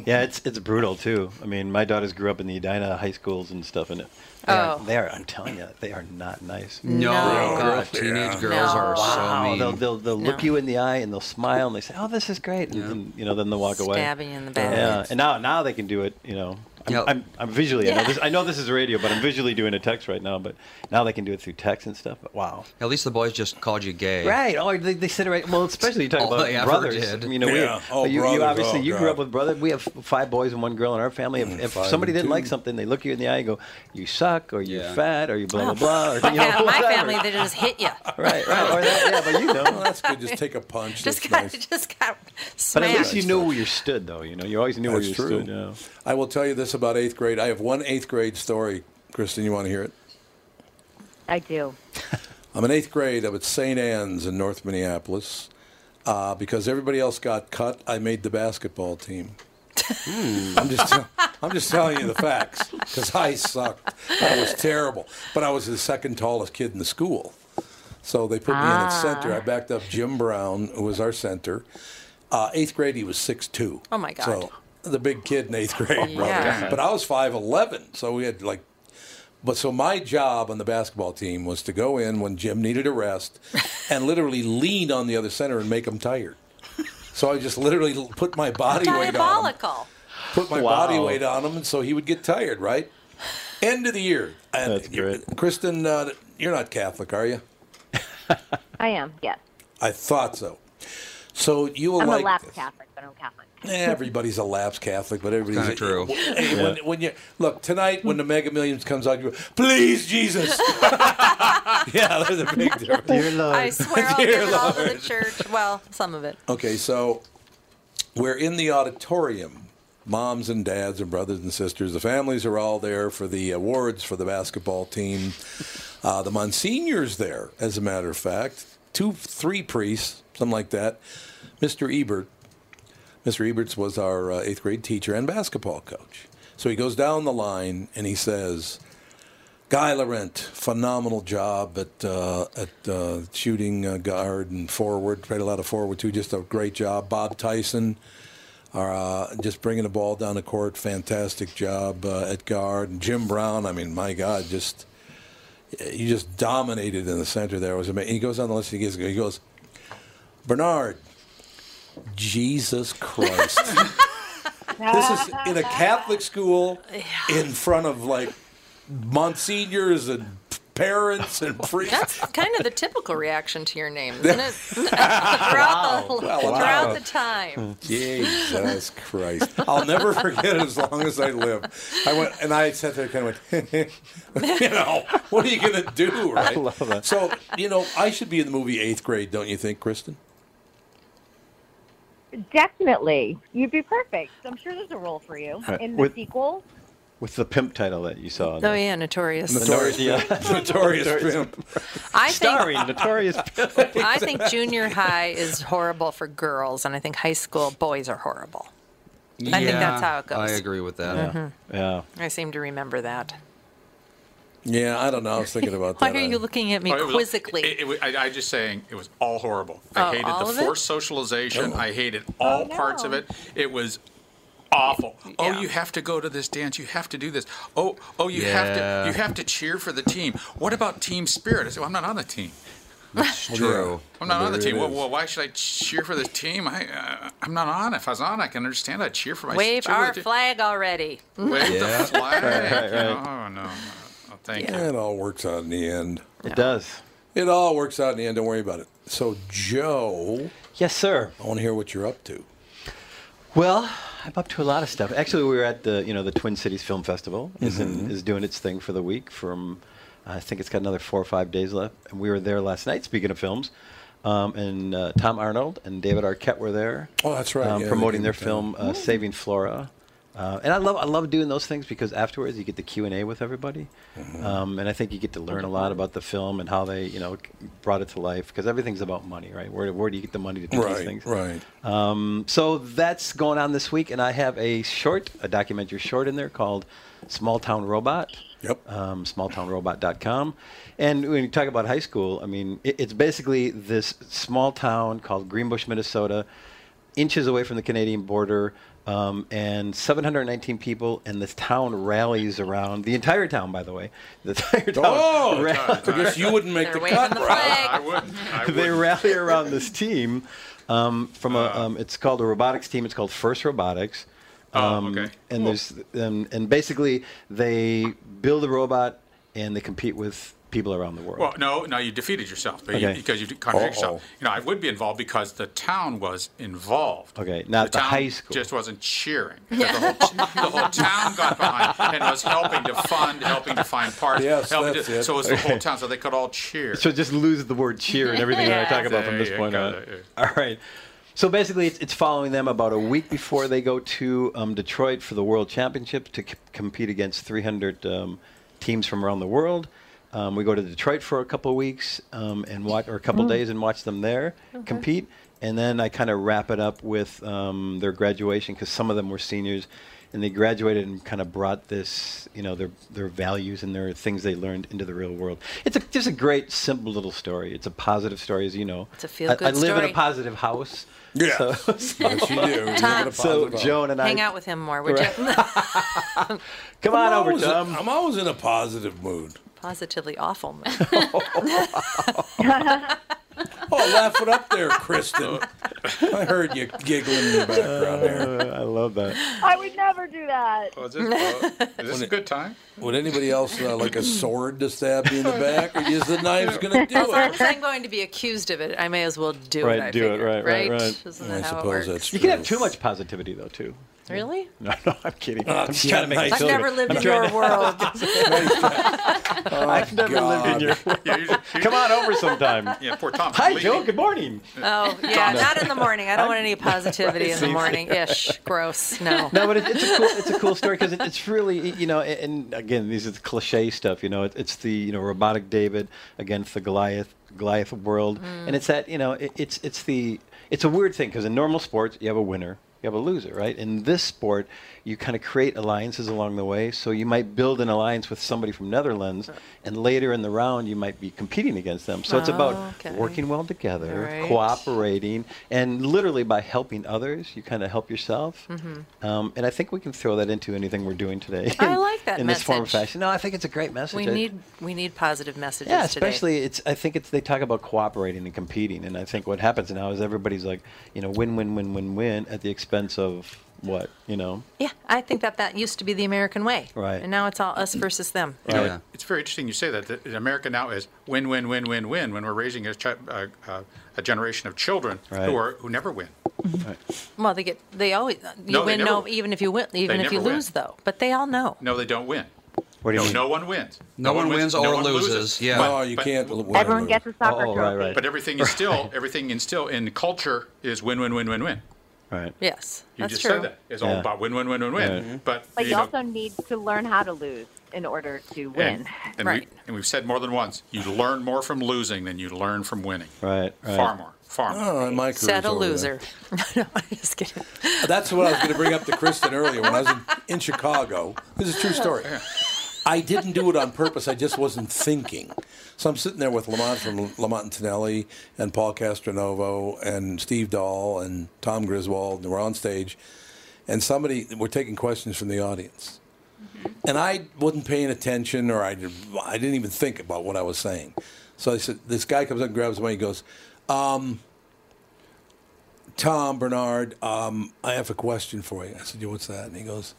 Speaker 7: Yeah, it's it's brutal too. I mean, my daughters grew up in the Edina high schools and stuff, and they, are,
Speaker 6: Oh.
Speaker 7: they are. I'm telling you, they are not nice.
Speaker 4: No. No. God, teenage girls are so
Speaker 7: Wow, They'll
Speaker 4: mean.
Speaker 7: they'll, they'll look
Speaker 4: No.
Speaker 7: you in the eye and they'll smile and they say, "Oh, this is great," and then, you know, then they'll walk away.
Speaker 3: Stabbing you in the back.
Speaker 7: Yeah, and now now they can do it. You know, I'm, I'm, I'm visually. I know this. I know this is radio, but I'm visually doing a text right now. But now they can do it through text and stuff. But wow.
Speaker 4: At least the boys just called you gay.
Speaker 7: Right. Oh, they, they sit right. Well, especially you talk
Speaker 4: All
Speaker 7: about
Speaker 4: they ever
Speaker 7: brothers.
Speaker 4: did.
Speaker 7: You know,
Speaker 4: Yeah.
Speaker 7: we,
Speaker 4: Oh,
Speaker 7: you, you
Speaker 4: brothers.
Speaker 7: obviously
Speaker 4: Oh,
Speaker 7: you grew
Speaker 4: God.
Speaker 7: up with brother. We have five boys and one girl in our family. If, if
Speaker 4: Mm, five
Speaker 7: somebody
Speaker 4: and
Speaker 7: didn't like
Speaker 4: two.
Speaker 7: something, they look you in the eye and go, "You suck," or "You're
Speaker 4: Yeah.
Speaker 7: fat," or "You blah blah blah." Or, you know,
Speaker 3: Yeah, my
Speaker 7: whatever.
Speaker 3: family, they just hit you.
Speaker 7: Right. Right. Or that, yeah, but you know,
Speaker 1: oh,
Speaker 3: Well, that's good. Just
Speaker 1: take a punch.
Speaker 3: Just got, just got
Speaker 7: But
Speaker 3: smashed.
Speaker 7: at least you knew where you stood, though. You know, you always knew where
Speaker 1: That's
Speaker 7: you
Speaker 1: true.
Speaker 7: stood. Yeah.
Speaker 1: I will tell you this about eighth grade. I have one eighth grade story. Kristen, you want to hear it?
Speaker 6: I do.
Speaker 1: I'm in eighth grade. I'm at St. Anne's in North Minneapolis. Uh, because everybody else got cut, I made the basketball team.
Speaker 3: Hmm.
Speaker 1: I'm just, I'm just telling you the facts because I sucked. I was terrible, but I was the second tallest kid in the school, so they put me in at center.
Speaker 3: Ah.
Speaker 1: I backed up Jim Brown, who was our center. Uh, eighth grade, he was six two.
Speaker 3: Oh, my God.
Speaker 1: So the big kid in eighth grade, brother.
Speaker 3: Yeah.
Speaker 1: But I was five eleven, so we had like but so my job on the basketball team was to go in when Jim needed a rest and literally lean on the other center and make him tired. So I just literally l- put my body weight on him,
Speaker 3: Diabolical.
Speaker 1: put my
Speaker 7: Wow.
Speaker 1: body weight on him, and so he would get tired. Right. End of the year. And That's great. Kristen, uh, you're not Catholic, are you?
Speaker 6: I am, yes.
Speaker 1: I thought so. So you will
Speaker 6: I'm
Speaker 1: like
Speaker 6: a lapsed Catholic, but I'm Catholic.
Speaker 1: Eh, Everybody's a lapsed Catholic, but everybody's
Speaker 4: Kinda true.
Speaker 1: Hey,
Speaker 4: Yeah.
Speaker 1: when, when you look tonight, when the Mega Millions comes out, you go, please Jesus. yeah, there's a big difference.
Speaker 7: Uh,
Speaker 3: I swear I'll
Speaker 1: Dear
Speaker 3: give it all to the
Speaker 1: Lord.
Speaker 3: church. Well, some of it.
Speaker 1: Okay, so we're in the auditorium. Moms and dads and brothers and sisters, the families are all there for the awards for the basketball team. Uh, the Monsignor's there, as a matter of fact. Two, three priests, something like that. Mr. Ebert. Mr. Eberts was our uh, eighth grade teacher and basketball coach. So he goes down the line and he says, Guy Laurent, phenomenal job at uh, at uh, shooting uh, guard and forward. Played a lot of forward too. Just a great job. Bob Tyson, uh, just bringing the ball down the court. Fantastic job uh, at guard. And Jim Brown. I mean, my God, just you just dominated in the center there. It was amazing. He goes on the list. He goes, he goes, Bernard, Jesus Christ. this is in a Catholic school in front of like Monsignors and parents and priests.
Speaker 3: That's kind of the typical reaction to your name, isn't it? throughout the,
Speaker 1: Wow. Wow.
Speaker 3: throughout the time.
Speaker 7: Hmm.
Speaker 1: Jesus Christ. I'll never forget it as long as I live. I went and I sat there kind of went, you know, what are you going to do, right? I love that. So, you know, I should be in the movie eighth grade, don't you think, Kristen?
Speaker 6: Definitely, you'd be perfect. I'm sure there's a role for you
Speaker 7: Right.
Speaker 6: in the
Speaker 7: With-
Speaker 6: sequel.
Speaker 7: With the pimp title that you saw.
Speaker 3: Oh yeah, notorious.
Speaker 7: yeah.
Speaker 1: Notorious pimp.
Speaker 3: I
Speaker 7: Starring
Speaker 3: think
Speaker 7: notorious pimp.
Speaker 3: I think junior high is horrible for girls, and I think high school boys are horrible. I think that's how it goes.
Speaker 4: I agree with that.
Speaker 3: Yeah. Mhm.
Speaker 7: Yeah.
Speaker 3: I seem to remember that.
Speaker 1: Yeah, I don't know. I was thinking about
Speaker 3: Why
Speaker 1: that.
Speaker 3: are you looking at me
Speaker 2: Oh, it was-
Speaker 3: quizzically?
Speaker 2: it- it was- I, I just saying it was all horrible. I
Speaker 3: Oh,
Speaker 2: hated
Speaker 3: all
Speaker 2: the
Speaker 3: of it? Oh,
Speaker 2: forced socialization. I hated all parts of it. It was awful. Oh, you have to go to this dance. You have to do this. Oh, oh, you have
Speaker 4: Yeah.
Speaker 2: to you have to cheer for the team. What about team spirit? I said, well, I'm not on the team.
Speaker 4: True.
Speaker 2: I'm not on the
Speaker 4: There it
Speaker 2: team. Well,
Speaker 4: is.
Speaker 2: well, why should I cheer for this team? I uh, I'm not on. If I was on, I can understand. I cheer for my
Speaker 3: Wave
Speaker 2: cheer for the
Speaker 3: our
Speaker 2: team.
Speaker 3: flag already.
Speaker 2: Wave the flag.
Speaker 1: right, right.
Speaker 2: Oh no. no. Oh, Thank you.
Speaker 1: Uh, It all works out in the end.
Speaker 7: It does.
Speaker 1: It all works out in the end. Don't worry about it. So, Joe.
Speaker 7: Yes, sir.
Speaker 1: I want to hear what you're up to.
Speaker 7: Well, I'm up to a lot of stuff. Actually, we were at the you know the Twin Cities Film Festival is in,
Speaker 1: Mhm.
Speaker 7: is doing its thing for the week. From I think it's got another four or five days left, and we were there last night. Speaking of films, um, and uh, Tom Arnold and David Arquette were there.
Speaker 1: Oh, that's right.
Speaker 7: um,
Speaker 1: Yeah, they
Speaker 7: promoting
Speaker 1: came
Speaker 7: their
Speaker 1: down.
Speaker 7: film uh, Saving Flora. Uh, and I love I love doing those things because afterwards you get the Q and A with everybody,
Speaker 1: Mm-hmm.
Speaker 7: um, and I think you get to learn a lot about the film and how they you know brought it to life because everything's about money, right? Where where do you get the money to do
Speaker 1: Right,
Speaker 7: these things?
Speaker 1: right.
Speaker 7: Um, so that's going on this week, and I have a short, a documentary short in there called Small Town Robot.
Speaker 1: Yep.
Speaker 7: Um, smalltownrobot.com. And when you talk about high school, I mean, it, it's basically this small town called Greenbush, Minnesota, inches away from the Canadian border, um, and 719 people, and the town rallies around the entire town, by the way. The entire town.
Speaker 1: Oh,
Speaker 7: rallies
Speaker 1: I guess you wouldn't make the
Speaker 3: They're waving
Speaker 1: cut,
Speaker 3: the
Speaker 1: right?
Speaker 3: flag.
Speaker 2: I wouldn't. I
Speaker 7: they
Speaker 2: wouldn't. Uh.
Speaker 7: rally around this team um, from a. Um, it's called a robotics team. It's called First Robotics.
Speaker 2: Oh,
Speaker 7: Um,
Speaker 2: okay.
Speaker 7: And there's um, and basically they build a robot and they compete with people around the world.
Speaker 2: Well, no, no, you defeated yourself but you,
Speaker 7: Okay.
Speaker 2: because you contradicted yourself.
Speaker 1: Uh-oh.
Speaker 2: You know, I would be involved because the town was involved.
Speaker 7: Okay, not the
Speaker 2: town
Speaker 7: high school.
Speaker 2: Just wasn't cheering. The whole, the whole town got behind and was helping to fund, helping to find parts.
Speaker 1: Yes,
Speaker 2: helping
Speaker 1: that's
Speaker 2: to,
Speaker 1: it.
Speaker 2: So it was the whole town, so they could all cheer.
Speaker 7: So just lose the word cheer and everything that I talk about from
Speaker 2: There
Speaker 7: this
Speaker 2: you
Speaker 7: point
Speaker 2: go,
Speaker 7: on.
Speaker 2: there you
Speaker 7: All right. So basically, it's, it's following them about a week before they go to um, Detroit for the World Championship to c- compete against 300 um, teams from around the world. Um, we go to Detroit for a couple of weeks um, and watch, or a couple
Speaker 3: Hmm.
Speaker 7: days, and watch them there compete. And then I kind of wrap it up with um, their graduation because some of them were seniors, and they graduated and kind of brought this, you know, their their values and their things they learned into the real world. It's a, just a great, simple little story. It's a positive story, as you know.
Speaker 3: It's a
Speaker 7: I,
Speaker 3: feel-good
Speaker 7: I live in
Speaker 3: story.
Speaker 7: a positive house.
Speaker 1: Yeah.
Speaker 7: So,
Speaker 1: Yes, you do. You're making a
Speaker 7: so
Speaker 1: positive
Speaker 7: Joan and I
Speaker 3: Hang out with him more, would you?
Speaker 7: come on
Speaker 1: I'm
Speaker 7: over,
Speaker 1: always-
Speaker 7: Tom.
Speaker 1: I'm always in a positive mood.
Speaker 3: Positively awful. mood.
Speaker 1: Oh, laugh it up there, Kristen. I heard you giggling in the background there.
Speaker 7: Uh, I love that.
Speaker 6: I would never do that.
Speaker 2: go. Was this, uh, is this a good time?
Speaker 1: Would anybody else uh, like a sword to stab you in the back, or is the knives going to do it?
Speaker 3: Since I'm going to be accused of it, I may as well do
Speaker 7: Right,
Speaker 3: it. I
Speaker 7: do it,
Speaker 3: figure,
Speaker 7: right, right, right.
Speaker 3: Isn't
Speaker 1: I
Speaker 3: that how it
Speaker 1: suppose
Speaker 3: works?
Speaker 1: that's true.
Speaker 7: You can have too much positivity, though, too.
Speaker 3: Really?
Speaker 7: No, no, I'm kidding.
Speaker 1: Oh,
Speaker 7: I'm just trying to make
Speaker 1: nice.
Speaker 7: it
Speaker 3: I've
Speaker 7: feel
Speaker 3: never
Speaker 7: good.
Speaker 3: lived
Speaker 7: I'm
Speaker 3: in
Speaker 7: trying
Speaker 3: your
Speaker 7: to-
Speaker 3: world.
Speaker 7: I've never lived Oh, in your.
Speaker 2: Yeah, you just- you-
Speaker 7: Come on over sometime.
Speaker 2: Yeah, poor Tom.
Speaker 7: Hi, Joe. Good morning.
Speaker 3: Oh, yeah, not in the morning. I don't want any positivity in the morning. Ish. Gross. No.
Speaker 7: No, but it, it's a cool, it's a cool story because it, it's really, you know, and, and again, these are the cliche stuff. You know, it, it's the you know robotic David against the Goliath Goliath world, and it's that you know it, it's it's the it's a weird thing because in normal sports you have a winner you have a loser, right? In this sport, you kind of create alliances along the way. So you might build an alliance with somebody from Netherlands, and later in the round, you might be competing against them. So it's about
Speaker 14: Okay.
Speaker 7: working well together,
Speaker 14: Right.
Speaker 7: cooperating, and literally by helping others, you kind of help yourself.
Speaker 14: Mhm.
Speaker 7: Um, and I think we can throw that into anything we're doing today.
Speaker 3: Mm-hmm. I like that
Speaker 7: in this form of
Speaker 3: message.
Speaker 7: fashion. No, I think it's a great message.
Speaker 3: We
Speaker 7: I-
Speaker 3: need we need positive messages
Speaker 7: yeah,
Speaker 3: today.
Speaker 7: especially it's. I think it's. They talk about cooperating and competing, and I think what happens now is everybody's like, you know, win, win, win, win, win, at the expense of what, you know.
Speaker 3: Yeah, I think that that used to be the American way.
Speaker 7: Right.
Speaker 3: And now it's all us versus them.
Speaker 2: You know,
Speaker 7: Yeah.
Speaker 2: It's very interesting you say that. that in America now is win, win, win, win, win. When we're raising a, chi- a, a, a generation of children
Speaker 7: Right.
Speaker 2: who are who never win.
Speaker 3: Well, they get they always you
Speaker 2: No, they
Speaker 3: win
Speaker 2: never
Speaker 3: no
Speaker 2: win.
Speaker 3: even if you win even
Speaker 2: They
Speaker 3: if you
Speaker 2: never win.
Speaker 3: lose though. But they all know.
Speaker 2: No, they don't win.
Speaker 7: What do you
Speaker 2: no,
Speaker 7: mean?
Speaker 2: no one wins.
Speaker 4: No one wins or
Speaker 2: no one
Speaker 4: loses, yeah.
Speaker 1: Oh,
Speaker 4: No, you can't win or Everyone lose. gets a soccer Oh, right, trophy. right.
Speaker 2: But everything is still everything is still in culture is win, win, win, win, win.
Speaker 7: Right.
Speaker 3: Yes,
Speaker 2: You
Speaker 3: that's
Speaker 2: just
Speaker 3: true.
Speaker 2: said that. It's all
Speaker 7: Yeah.
Speaker 2: about win, win, win, win, win.
Speaker 7: Right.
Speaker 2: But,
Speaker 6: But you
Speaker 2: know,
Speaker 6: also need to learn how to lose in order to win.
Speaker 2: and, and we, and we've said more than once, you learn more from losing than you learn from winning.
Speaker 7: Right.
Speaker 2: Far more. Far more.
Speaker 1: Oh, my career's
Speaker 3: Said a
Speaker 1: over
Speaker 3: loser. no, I'm just kidding.
Speaker 1: there. That's what I was going to bring up to Kristen earlier when I was in, in Chicago. This is a true story. I didn't do it on purpose. I just wasn't thinking. So I'm sitting there with Lamont from Lamont and Tonelli and Paul Castronovo and Steve Dahl and Tom Griswold, and we're on stage, and somebody we're taking questions from the audience,
Speaker 3: Mm-hmm.
Speaker 1: and I wasn't paying attention or I I didn't even think about what I was saying. So I said, this guy comes up and grabs me. He goes, um, Tom Bernard, um, I have a question for you. I said, yeah, what's that? And he goes,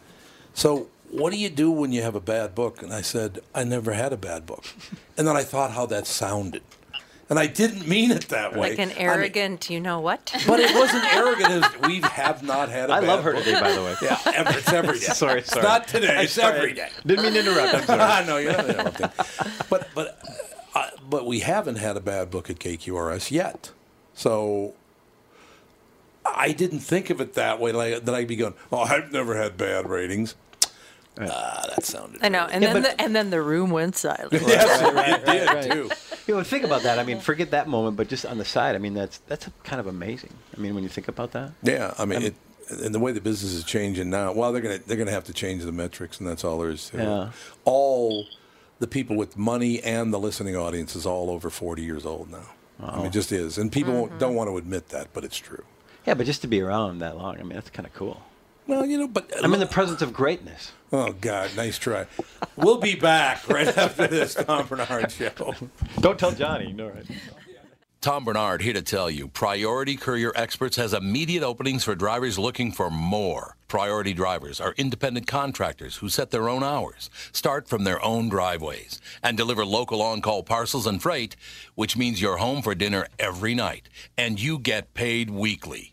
Speaker 1: so what do you do when you have a bad book? And I said, I never had a bad book. And then I thought how that sounded. And I didn't mean it that way.
Speaker 3: Like an
Speaker 1: I mean,
Speaker 3: arrogant, you know what?
Speaker 1: but it wasn't arrogant as we have not had a
Speaker 7: I
Speaker 1: bad
Speaker 7: love her
Speaker 1: book.
Speaker 7: today, by the way.
Speaker 1: Yeah, ever, it's every day.
Speaker 7: Sorry, sorry.
Speaker 1: It's not today.
Speaker 7: I'm
Speaker 1: It's
Speaker 7: sorry.
Speaker 1: every day.
Speaker 7: Didn't mean to interrupt. I'm sorry.
Speaker 1: I know, you're not interrupting. But, but, uh, but we haven't had a bad book at KQRS yet. So I didn't think of it that way, like, that I'd be going, oh, I've never had bad ratings. Ah, that sounded.
Speaker 3: I know. And
Speaker 1: Yeah,
Speaker 3: then
Speaker 1: but-
Speaker 3: the, and then the room went silent.
Speaker 1: Yes,
Speaker 7: right,
Speaker 1: it did,
Speaker 7: right, right.
Speaker 1: too.
Speaker 7: You know, think about that. I mean, forget that moment, but just on the side. I mean, that's that's kind of amazing. I mean, when you think about that.
Speaker 1: Yeah, I
Speaker 7: Um,
Speaker 1: mean, it, and the way the business is changing now, well, they're gonna they're gonna have to change the metrics, and that's all there is to
Speaker 7: Yeah.
Speaker 1: it. All the people with money and the listening audience is all over forty years old now. I mean,
Speaker 7: Wow.
Speaker 1: it just is, and people won't don't want to admit that, but it's true.
Speaker 7: Yeah, but just to be around that long, I mean, that's kind of cool.
Speaker 1: Well, you know, but
Speaker 7: I'm in the presence of greatness.
Speaker 1: Oh God, nice try. We'll be back right after this Tom Bernard show.
Speaker 7: Don't tell Johnny. No, right.
Speaker 8: Tom Bernard here to tell you Priority Courier Experts has immediate openings for drivers looking for more. Priority drivers are independent contractors who set their own hours, start from their own driveways, and deliver local on call parcels and freight, which means you're home for dinner every night and you get paid weekly.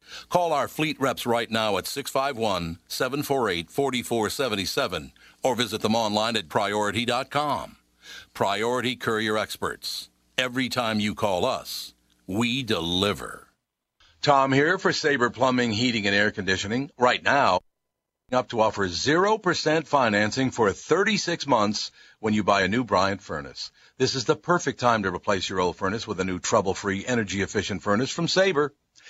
Speaker 8: Call our fleet reps right now at 651 748 4477 or visit them online at priority.com. Priority Courier Experts. Every time you call us, we deliver. Tom here for Sabre Plumbing, Heating, and Air Conditioning. Right now, up to offer 0% financing for 36 months when you buy a new Bryant furnace. This is the perfect time to replace your old furnace with a new trouble free, energy efficient furnace from Sabre.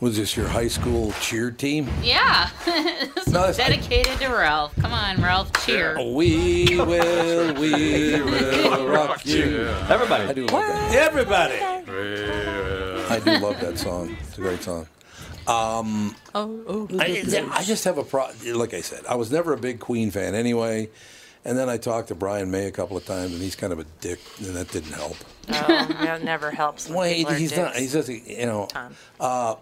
Speaker 1: Was this your high school cheer team?
Speaker 5: Yeah. this
Speaker 1: No, that's-
Speaker 5: is dedicated to Ralph. Come on, Ralph, cheer.
Speaker 1: We will, we will rock you.
Speaker 7: Everybody.
Speaker 1: I do love that. Everybody. I do love that song. It's a great song. Um,
Speaker 3: oh,
Speaker 1: I, I just have a pro. Like I said, I was never a big Queen fan anyway, And then I talked to Brian May a couple of times, and he's kind of a dick, and that didn't help.
Speaker 3: Oh, that never helps. when
Speaker 1: Well, he,
Speaker 3: people are
Speaker 1: he's not.
Speaker 3: dicks.
Speaker 1: He's just you know.
Speaker 3: Tom.
Speaker 1: Uh,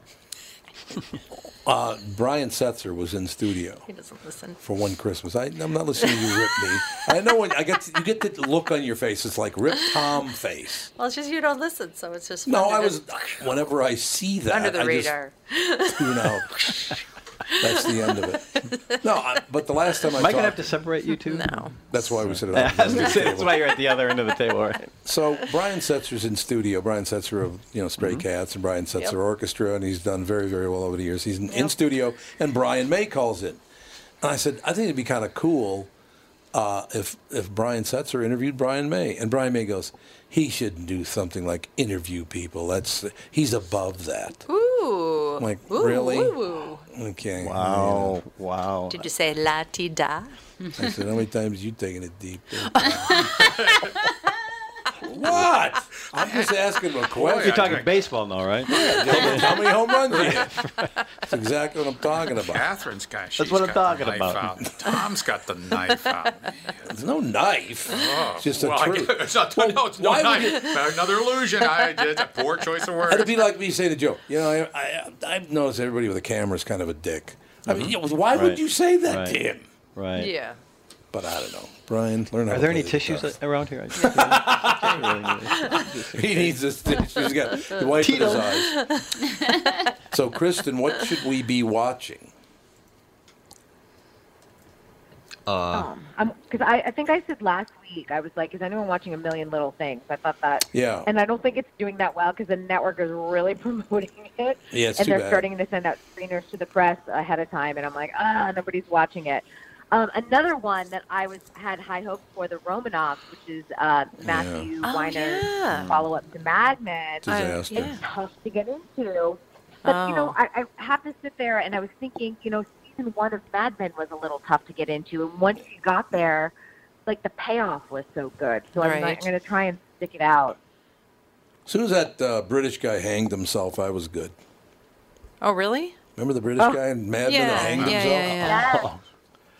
Speaker 1: uh, Brian Setzer was in studio
Speaker 3: He doesn't listen.
Speaker 1: for one Christmas. I, I'm not listening to you rip me. I know when I get you get the look on your face. It's like rip Tom face.
Speaker 3: Well, it's just you don't listen, so it's just.
Speaker 1: No,
Speaker 3: fun to
Speaker 1: I was.
Speaker 3: just-
Speaker 1: Whenever I see that,
Speaker 3: under the
Speaker 1: I just-
Speaker 3: radar.
Speaker 1: you know, that's the end of it. No, I, but the last time I
Speaker 7: Am I
Speaker 1: talked,
Speaker 7: gonna have to separate you two? No.
Speaker 1: that's why we sit
Speaker 7: I
Speaker 1: at
Speaker 7: was gonna say, that's why you're at the other end of the table, right?
Speaker 1: So Brian Setzer's in studio. Brian Setzer of you know Stray Cats and Brian Setzer
Speaker 7: Mm-hmm. Yep.
Speaker 1: Orchestra, and he's done very very well over the years. He's in, in studio, and Brian May calls in, and I said I think it'd be kind of cool uh, if if Brian Setzer interviewed Brian May, and Brian May goes, he shouldn't do something like interview people. That's he's above that.
Speaker 3: Ooh.
Speaker 1: I'm Oh. like,
Speaker 3: Ooh,
Speaker 1: really?
Speaker 3: ooh, ooh.
Speaker 1: Okay.
Speaker 7: Wow, wow.
Speaker 3: Did you say la ti da?
Speaker 1: I said, how many times you taking it deep? what? I'm just asking a question.
Speaker 7: You're talking baseball now, right?
Speaker 1: How many home runs you hit? That's exactly what I'm talking about.
Speaker 2: Catherine's got.
Speaker 1: That's
Speaker 2: she's
Speaker 1: what I'm
Speaker 2: got the
Speaker 1: talking
Speaker 2: knife
Speaker 1: about.
Speaker 2: out. Tom's got the knife out.
Speaker 1: There's no knife.
Speaker 2: Oh,
Speaker 1: It's just a
Speaker 2: well, I
Speaker 1: truth.
Speaker 2: guess- it's not, no, it's no
Speaker 1: why would
Speaker 2: knife.
Speaker 1: you-
Speaker 2: Another illusion. I, it's a poor choice of words.
Speaker 1: It'd be like me saying to Joe, you know, I, I, I've noticed everybody with a camera is kind of a dick. I mean, you know, why would
Speaker 7: Mm-hmm. Right.
Speaker 1: you say that
Speaker 7: Right.
Speaker 1: to him?
Speaker 7: Right.
Speaker 3: Yeah.
Speaker 1: But I don't know. Brian, learn how
Speaker 7: Are
Speaker 1: to
Speaker 7: there
Speaker 1: play
Speaker 7: any
Speaker 1: the
Speaker 7: tissues
Speaker 1: guitar.
Speaker 7: a- around here? I can't really
Speaker 1: He needs a stitch. He's got the wipe in his eyes. So, Kristen, what should we be watching?
Speaker 4: Uh,
Speaker 6: Because Um, I, I think I said last week, I was like, is anyone watching A Million Little Things? I thought that.
Speaker 1: Yeah.
Speaker 6: And I don't think it's doing that well because the network is really promoting it.
Speaker 1: Yeah, it's
Speaker 6: and
Speaker 1: too
Speaker 6: they're
Speaker 1: bad.
Speaker 6: starting to send out screeners to the press ahead of time. And I'm like, ah, nobody's watching it. Um, another one that I was had high hopes for, the Romanovs, which is uh, Matthew
Speaker 3: Oh,
Speaker 6: Weiner's
Speaker 3: yeah.
Speaker 6: follow up to Mad Men.
Speaker 1: Disaster.
Speaker 6: It's tough to get into. But, you know,
Speaker 3: Oh.
Speaker 6: I, I have to sit there and I was thinking, you know, season one of Mad Men was a little tough to get into. And once you got there, like the payoff was so good. So I'm,
Speaker 3: Right.
Speaker 6: like, I'm going to try and stick it out.
Speaker 1: As soon as that uh, British guy hanged himself, I was good.
Speaker 3: Oh, really?
Speaker 1: Remember the British
Speaker 6: Oh.
Speaker 1: guy in Mad Men who
Speaker 3: Yeah,
Speaker 1: hanged
Speaker 3: yeah, yeah,
Speaker 1: himself?
Speaker 3: yeah.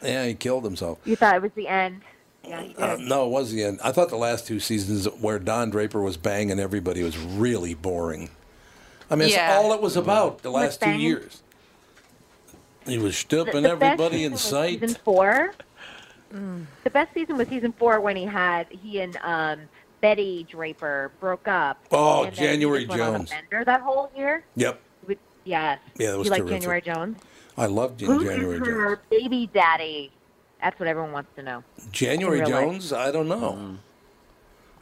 Speaker 1: Yeah, he killed himself.
Speaker 6: You thought it was the end. Yeah, you
Speaker 1: Uh,
Speaker 6: did.
Speaker 1: no, it was the end. I thought the last two seasons where Don Draper was banging everybody was really boring. I mean,
Speaker 3: Yeah.
Speaker 1: it's all it was about the last two
Speaker 6: banging?
Speaker 1: years. He was
Speaker 6: The-
Speaker 1: stooping
Speaker 6: the best
Speaker 1: everybody
Speaker 6: season
Speaker 1: in
Speaker 6: was
Speaker 1: sight.
Speaker 6: Season four. The best season was season four when he had he and um, Betty Draper broke up.
Speaker 1: Oh,
Speaker 6: and then he
Speaker 1: January
Speaker 6: just went on a
Speaker 1: Jones.
Speaker 6: bender that whole year.
Speaker 1: Yep.
Speaker 6: With, yes.
Speaker 1: Yeah, that was
Speaker 6: you like
Speaker 1: terrific.
Speaker 6: January Jones?
Speaker 1: I loved
Speaker 6: Who
Speaker 1: January
Speaker 6: is
Speaker 1: Jones.
Speaker 6: her baby daddy? That's what everyone wants to know.
Speaker 1: January
Speaker 6: in real life?
Speaker 1: Jones? I don't know.
Speaker 3: Mm.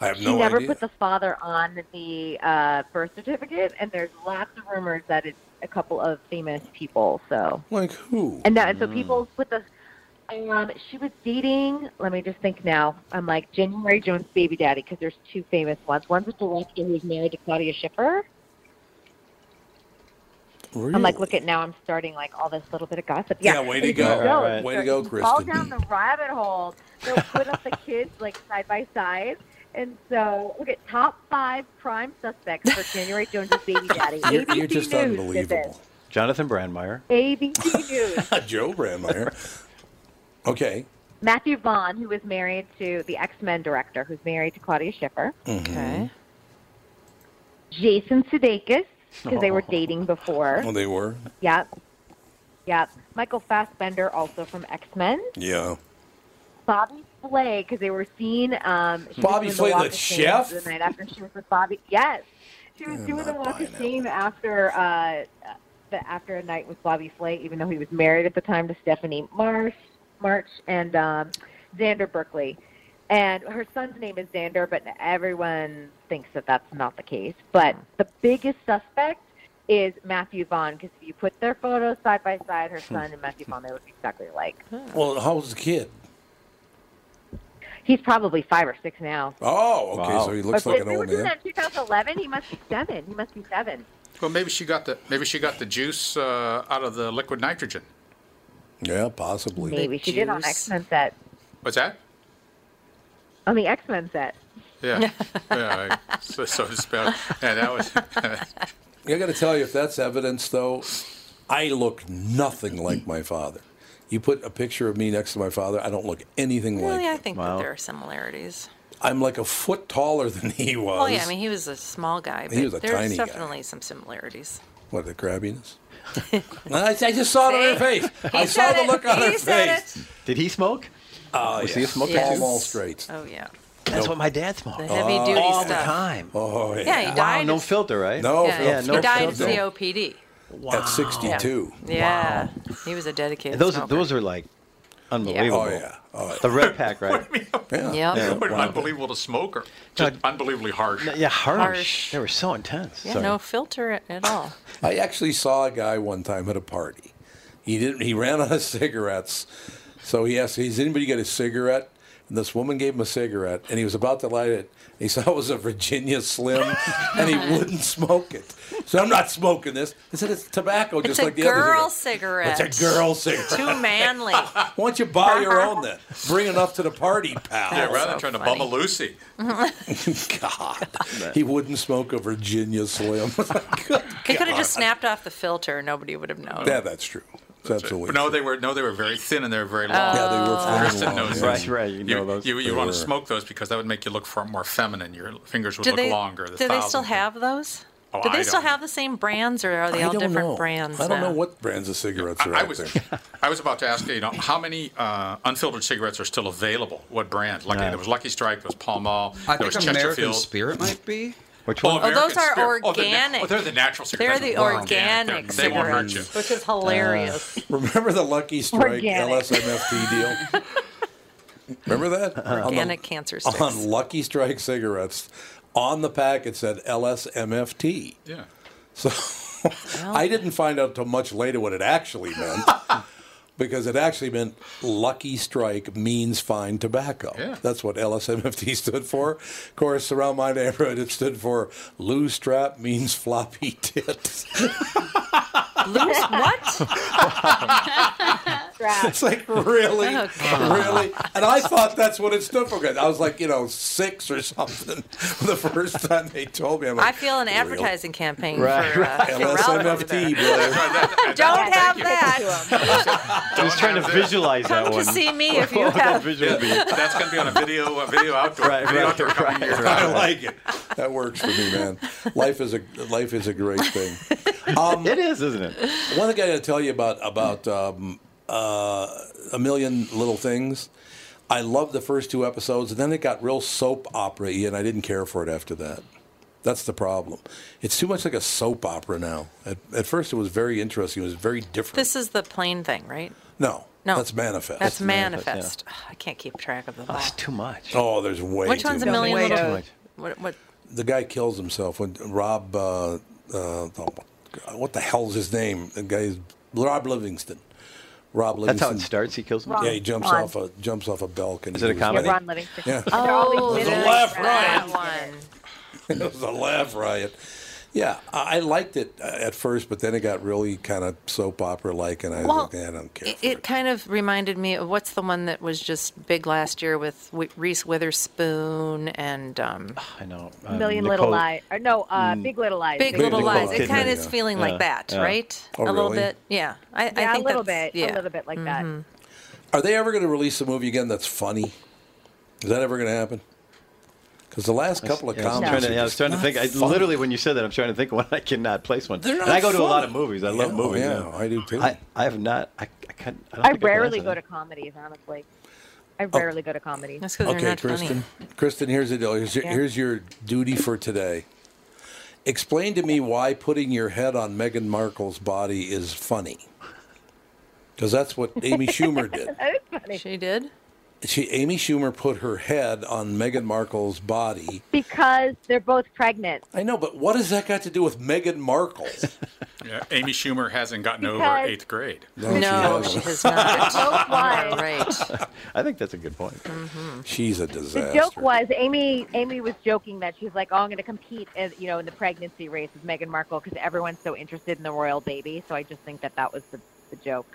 Speaker 1: I have
Speaker 6: She
Speaker 1: no
Speaker 6: never
Speaker 1: idea.
Speaker 6: put the father on the uh, birth certificate, and there's lots of rumors that it's a couple of famous people. So,
Speaker 1: like who?
Speaker 6: and that, and so people put the. Um, she was dating. Let me just think now. I'm like January Jones' baby daddy because there's two famous ones. One's a director who's married to Claudia Schiffer. I'm like, look at now. I'm starting like all this little bit of gossip. Yeah,
Speaker 1: Yeah, way to
Speaker 6: If you
Speaker 1: go.
Speaker 6: don't,
Speaker 7: Right, right, right.
Speaker 1: Way to go,
Speaker 6: you Fall
Speaker 1: Kristen.
Speaker 6: down the rabbit hole. They'll put up the kids like side by side. And so look at top five prime suspects for January Jones' baby daddy.
Speaker 1: You're,
Speaker 6: ABC
Speaker 1: you're just
Speaker 6: News did
Speaker 1: unbelievable.
Speaker 7: Jonathan Brandmeier.
Speaker 6: this. ABC News.
Speaker 1: Joe Brandmeier. Okay.
Speaker 6: Matthew Vaughn, who was married to the X Men director, who's married to Claudia Schiffer.
Speaker 1: Mm-hmm.
Speaker 3: Okay.
Speaker 6: Jason Sudeikis, because they were dating before.
Speaker 1: Oh. Well, they were.
Speaker 6: Yep. Yep. Michael Fassbender, also from X Men.
Speaker 1: Yeah.
Speaker 6: Bobby Flay because they were seen. Um, she was
Speaker 1: Bobby
Speaker 6: doing
Speaker 1: Flay,
Speaker 6: walk
Speaker 1: the
Speaker 6: of shame
Speaker 1: chef?
Speaker 6: The night after she was with Bobby, yes, she was
Speaker 1: I'm
Speaker 6: doing the
Speaker 1: not
Speaker 6: walk
Speaker 1: buying
Speaker 6: of
Speaker 1: that
Speaker 6: shame after uh, the after a night with Bobby Flay, even though he was married at the time to Stephanie Marsh, March and um, Xander Berkeley. And her son's name is Xander, but everyone thinks that that's not the case. But
Speaker 1: Hmm.
Speaker 6: the biggest suspect is Matthew Vaughn, because if you put their photos side by side,
Speaker 1: Hmm.
Speaker 6: her son and Matthew Vaughn, they look exactly alike.
Speaker 1: Well, how was the kid?
Speaker 6: He's probably five or six now.
Speaker 1: Oh, okay.
Speaker 7: Wow.
Speaker 1: So he looks
Speaker 6: Okay,
Speaker 1: like an
Speaker 6: if we were
Speaker 1: old
Speaker 6: doing
Speaker 1: man.
Speaker 6: that in 2011, he must be seven. He must be seven.
Speaker 2: Well, maybe she got the maybe she got the juice uh, out of the liquid nitrogen.
Speaker 1: Yeah, possibly.
Speaker 6: Maybe she did on
Speaker 3: juice.
Speaker 6: X Men set.
Speaker 2: What's that?
Speaker 6: On the X Men set.
Speaker 2: Yeah, yeah. I- So, so to speak. Yeah, that was.
Speaker 1: I got to tell you, if that's evidence, though, I look nothing like my father. You put a picture of me next to my father, I don't look anything like.
Speaker 3: Really, I
Speaker 1: him.
Speaker 3: think that there are similarities.
Speaker 1: I'm like a foot taller than he was.
Speaker 3: Oh yeah, I mean he was a small guy, but
Speaker 1: He was a
Speaker 3: there's
Speaker 1: tiny guy.
Speaker 3: definitely some similarities.
Speaker 1: What the grabbiness? I, I just saw it on her face. I saw
Speaker 3: said
Speaker 1: the
Speaker 3: it.
Speaker 1: look on
Speaker 3: He
Speaker 1: her
Speaker 3: said
Speaker 1: face.
Speaker 7: Did he smoke?
Speaker 1: Uh,
Speaker 7: Was he a smoker
Speaker 3: Yes.
Speaker 7: too?
Speaker 1: All straight.
Speaker 3: Oh yeah.
Speaker 7: That's what my dad smoked.
Speaker 3: The heavy duty
Speaker 7: all
Speaker 3: stuff.
Speaker 7: the time.
Speaker 1: Oh yeah.
Speaker 3: Yeah, he died.
Speaker 7: Wow, no filter, right?
Speaker 1: No
Speaker 3: yeah,
Speaker 1: filter.
Speaker 3: he died of COPD.
Speaker 1: At 62.
Speaker 3: Yeah, yeah. he was a dedicated.
Speaker 7: And those
Speaker 3: smoker.
Speaker 7: those are like unbelievable.
Speaker 1: Oh, yeah.
Speaker 7: The red pack, right?
Speaker 1: Yeah.
Speaker 3: Yep.
Speaker 7: Yeah.
Speaker 2: What an
Speaker 7: Wow.
Speaker 2: unbelievable smoker. Just unbelievably harsh.
Speaker 7: Yeah, harsh.
Speaker 3: Harsh.
Speaker 7: They were so intense.
Speaker 3: Yeah,
Speaker 7: Sorry.
Speaker 3: no filter at- at all.
Speaker 1: I actually saw a guy one time at a party. He didn't. He ran out of cigarettes, so he asked, "Has anybody got a cigarette?" And this woman gave him a cigarette, and he was about to light it. He saw it was a Virginia Slim, and he wouldn't smoke it. So I'm not smoking this. I said it's tobacco,
Speaker 3: It's
Speaker 1: just
Speaker 3: a
Speaker 1: like the
Speaker 3: girl
Speaker 1: other.
Speaker 3: cigarette.
Speaker 1: It's a girl cigarette.
Speaker 3: Too manly.
Speaker 1: Why don't you buy your own then? Bring enough to the party, pal.
Speaker 2: Yeah, rather than trying to bum a Lucy.
Speaker 1: God, he wouldn't smoke a Virginia Slim.
Speaker 3: He could have just snapped off the filter. Nobody would have known.
Speaker 1: yeah, that's true. It's absolutely.
Speaker 2: But no, they were no, they were very thin and they were very
Speaker 3: Oh.
Speaker 2: long.
Speaker 1: Yeah, they were very
Speaker 2: Kristen
Speaker 1: long,
Speaker 2: knows
Speaker 1: yeah.
Speaker 2: this.
Speaker 7: Right, right, you know those.
Speaker 2: You, you
Speaker 1: They
Speaker 2: want
Speaker 1: were.
Speaker 2: to smoke those because that would make you look for more feminine. Your fingers would
Speaker 3: Do
Speaker 2: look
Speaker 3: they,
Speaker 2: longer. The
Speaker 3: do they still
Speaker 2: thousand-
Speaker 3: have those?
Speaker 2: Oh,
Speaker 3: do they
Speaker 2: I
Speaker 3: still
Speaker 2: don't
Speaker 3: have the same brands, or are they
Speaker 1: I
Speaker 3: all
Speaker 1: don't
Speaker 3: different
Speaker 1: know.
Speaker 3: brands?
Speaker 1: I don't
Speaker 3: now?
Speaker 1: know what brands of cigarettes are
Speaker 2: I
Speaker 1: out
Speaker 2: was,
Speaker 1: there.
Speaker 2: I was about to ask you, you know, how many uh, unfiltered cigarettes are still available? What brands? Lucky
Speaker 7: Yeah.
Speaker 2: there was Lucky Strike, there was Pall Mall,
Speaker 4: I
Speaker 2: there
Speaker 4: think
Speaker 2: was
Speaker 4: American
Speaker 2: Chesterfield.
Speaker 4: Spirit might be.
Speaker 7: Which
Speaker 2: Oh,
Speaker 7: one?
Speaker 2: American
Speaker 3: those are
Speaker 2: Spirit. Oh, they're na-
Speaker 3: organic.
Speaker 2: Oh, they're the natural
Speaker 3: They're
Speaker 2: cigarettes.
Speaker 3: the
Speaker 2: They're
Speaker 3: organic
Speaker 2: They're- They won't hurt you.
Speaker 3: cigarettes, which is hilarious.
Speaker 1: Uh, Remember the Lucky Strike
Speaker 6: Organic.
Speaker 1: LSMFT deal? Remember that? On the-
Speaker 3: organic cancer sticks.
Speaker 1: On Lucky Strike cigarettes, on the pack it said LSMFT.
Speaker 2: Yeah.
Speaker 1: So I didn't find out till much later what it actually meant. Because it actually meant lucky strike means fine tobacco.
Speaker 2: Yeah.
Speaker 1: That's what LSMFT stood for. Of course, around my neighborhood, it stood for loose strap means floppy tits.
Speaker 3: Loose what?
Speaker 6: Strap.
Speaker 1: It's like really, really, and I thought that's what it stood for. 'cause I was like, you know, six or something. The first time they told me, I'm
Speaker 3: I
Speaker 1: like,
Speaker 3: feel an
Speaker 1: real?
Speaker 3: advertising campaign
Speaker 7: Right,
Speaker 3: for uh, Pharrell over
Speaker 1: LSMFT,
Speaker 3: there.
Speaker 1: brother.
Speaker 3: Don't have
Speaker 2: you.
Speaker 3: that.
Speaker 7: I was trying to visualize that
Speaker 3: Come
Speaker 7: one.
Speaker 3: to see me if you
Speaker 7: What would that
Speaker 3: have.
Speaker 7: visual be? Right,
Speaker 2: That's going to be on a video, a video outdoor.
Speaker 7: right,
Speaker 2: video outdoor
Speaker 7: right,
Speaker 2: coming
Speaker 7: right,
Speaker 2: year.
Speaker 1: I like it. That works for me, man. Life is a life is a great thing. Um,
Speaker 7: It is, isn't it?
Speaker 1: One thing I got to tell you about about um, uh, a million little things. I loved the first two episodes, and then it got real soap opera y, and I didn't care for it after that. That's the problem. It's too much like a soap opera now. At, at first, it was very interesting. It was very different.
Speaker 3: This is the plain thing, right?
Speaker 1: no,
Speaker 3: No.
Speaker 1: that's manifest.
Speaker 3: That's
Speaker 7: Manifest, yeah.
Speaker 3: manifest. Ugh, I can't keep track of them all.
Speaker 7: That's too much.
Speaker 1: oh, there's way.
Speaker 3: Which
Speaker 1: too
Speaker 3: one's a
Speaker 1: much.
Speaker 3: million
Speaker 7: Way too
Speaker 3: little?
Speaker 7: much.
Speaker 3: What, what?
Speaker 1: The guy kills himself when Rob. Uh, uh, oh, what the hell's his name? The guy's Rob Livingston. Rob
Speaker 7: That's how
Speaker 1: Livingston.
Speaker 7: it starts. He kills me.
Speaker 6: Wrong.
Speaker 1: Yeah, he jumps
Speaker 6: Ron.
Speaker 1: off a jumps off a balcony.
Speaker 7: Is it a
Speaker 1: He was
Speaker 7: comedy?
Speaker 6: Yeah,
Speaker 1: running.
Speaker 6: Ron Livingston.
Speaker 1: Yeah.
Speaker 6: And they're all these
Speaker 3: it
Speaker 1: the
Speaker 3: is
Speaker 6: little
Speaker 1: left,
Speaker 6: strap
Speaker 3: that
Speaker 1: right.
Speaker 3: one.
Speaker 1: it was a laugh riot. Yeah, I I liked it uh, at first, but then it got really kind of soap opera like, and I was
Speaker 3: Well,
Speaker 1: like, "Eh, I don't care.
Speaker 3: It,
Speaker 1: for
Speaker 3: it kind of reminded me of what's the one that was just big last year with Wi- Reese Witherspoon and um,
Speaker 6: Oh,
Speaker 7: I know.
Speaker 6: A
Speaker 1: Uh,
Speaker 7: um,
Speaker 6: million little
Speaker 7: Nicole-
Speaker 6: lies. Or no, uh,
Speaker 1: Hmm.
Speaker 6: big little lies.
Speaker 3: Big Little
Speaker 1: Little
Speaker 3: Lies. It
Speaker 1: Lies.
Speaker 3: kind of
Speaker 1: Yeah.
Speaker 3: is feeling
Speaker 7: Yeah.
Speaker 3: like that,
Speaker 7: Yeah.
Speaker 3: right?
Speaker 1: Oh,
Speaker 3: a little
Speaker 1: really?
Speaker 3: bit, yeah. I, I
Speaker 6: Yeah, a
Speaker 3: think
Speaker 6: little
Speaker 3: that's-
Speaker 6: bit.
Speaker 3: Yeah. Mm-hmm.
Speaker 6: A little bit like that.
Speaker 1: Are they ever going to release a movie again that's funny? Is that ever going to happen? Because the last couple of
Speaker 7: Yeah, I was
Speaker 1: comedies,
Speaker 7: trying
Speaker 1: are
Speaker 7: to, yeah, I was
Speaker 1: just
Speaker 7: trying to
Speaker 1: not
Speaker 7: think. I,
Speaker 1: funny.
Speaker 7: literally, when you said that, I'm trying to think of one. I cannot place one.
Speaker 1: They're
Speaker 7: and
Speaker 1: not
Speaker 7: I go to a lot
Speaker 1: funny.
Speaker 7: of movies. I
Speaker 1: Yeah, oh
Speaker 7: love movies.
Speaker 1: yeah, I do too.
Speaker 7: I, I have not. I, I, couldn't, I, don't
Speaker 6: I
Speaker 7: think can
Speaker 6: rarely
Speaker 7: answer
Speaker 6: go
Speaker 7: that.
Speaker 6: to comedies, honestly. I
Speaker 1: Oh.
Speaker 6: rarely go to comedies.
Speaker 3: That's because they're
Speaker 1: Okay,
Speaker 3: not
Speaker 1: Kristen.
Speaker 3: funny.
Speaker 1: Kristen, here's the deal. Here's your,
Speaker 3: Yeah.
Speaker 1: here's your duty for today. Explain to me why putting your head on Meghan Markle's body is funny. Because that's what Amy Schumer did.
Speaker 6: That is funny.
Speaker 3: She did.
Speaker 1: She, Amy Schumer put her head on Meghan Markle's body.
Speaker 6: Because they're both pregnant.
Speaker 1: I know, but what has that got to do with Meghan Markle?
Speaker 2: Yeah, Amy Schumer hasn't gotten over
Speaker 6: Because-
Speaker 2: eighth grade.
Speaker 3: No,
Speaker 1: she
Speaker 3: she
Speaker 1: hasn't.
Speaker 3: has not.
Speaker 6: Joke was,
Speaker 3: Right.
Speaker 7: I think that's a good point.
Speaker 6: Mm.
Speaker 1: She's a
Speaker 6: the
Speaker 1: disaster.
Speaker 6: joke was Amy. Amy was joking that she's like, "Oh, I'm going to compete, as, you know, in the pregnancy race with Meghan Markle because everyone's so interested in the royal baby." So I just think that that was the, the joke.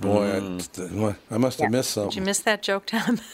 Speaker 1: Boy, I, I must have
Speaker 6: Yeah.
Speaker 1: missed
Speaker 3: Did you
Speaker 1: something.
Speaker 3: miss that joke, Tom?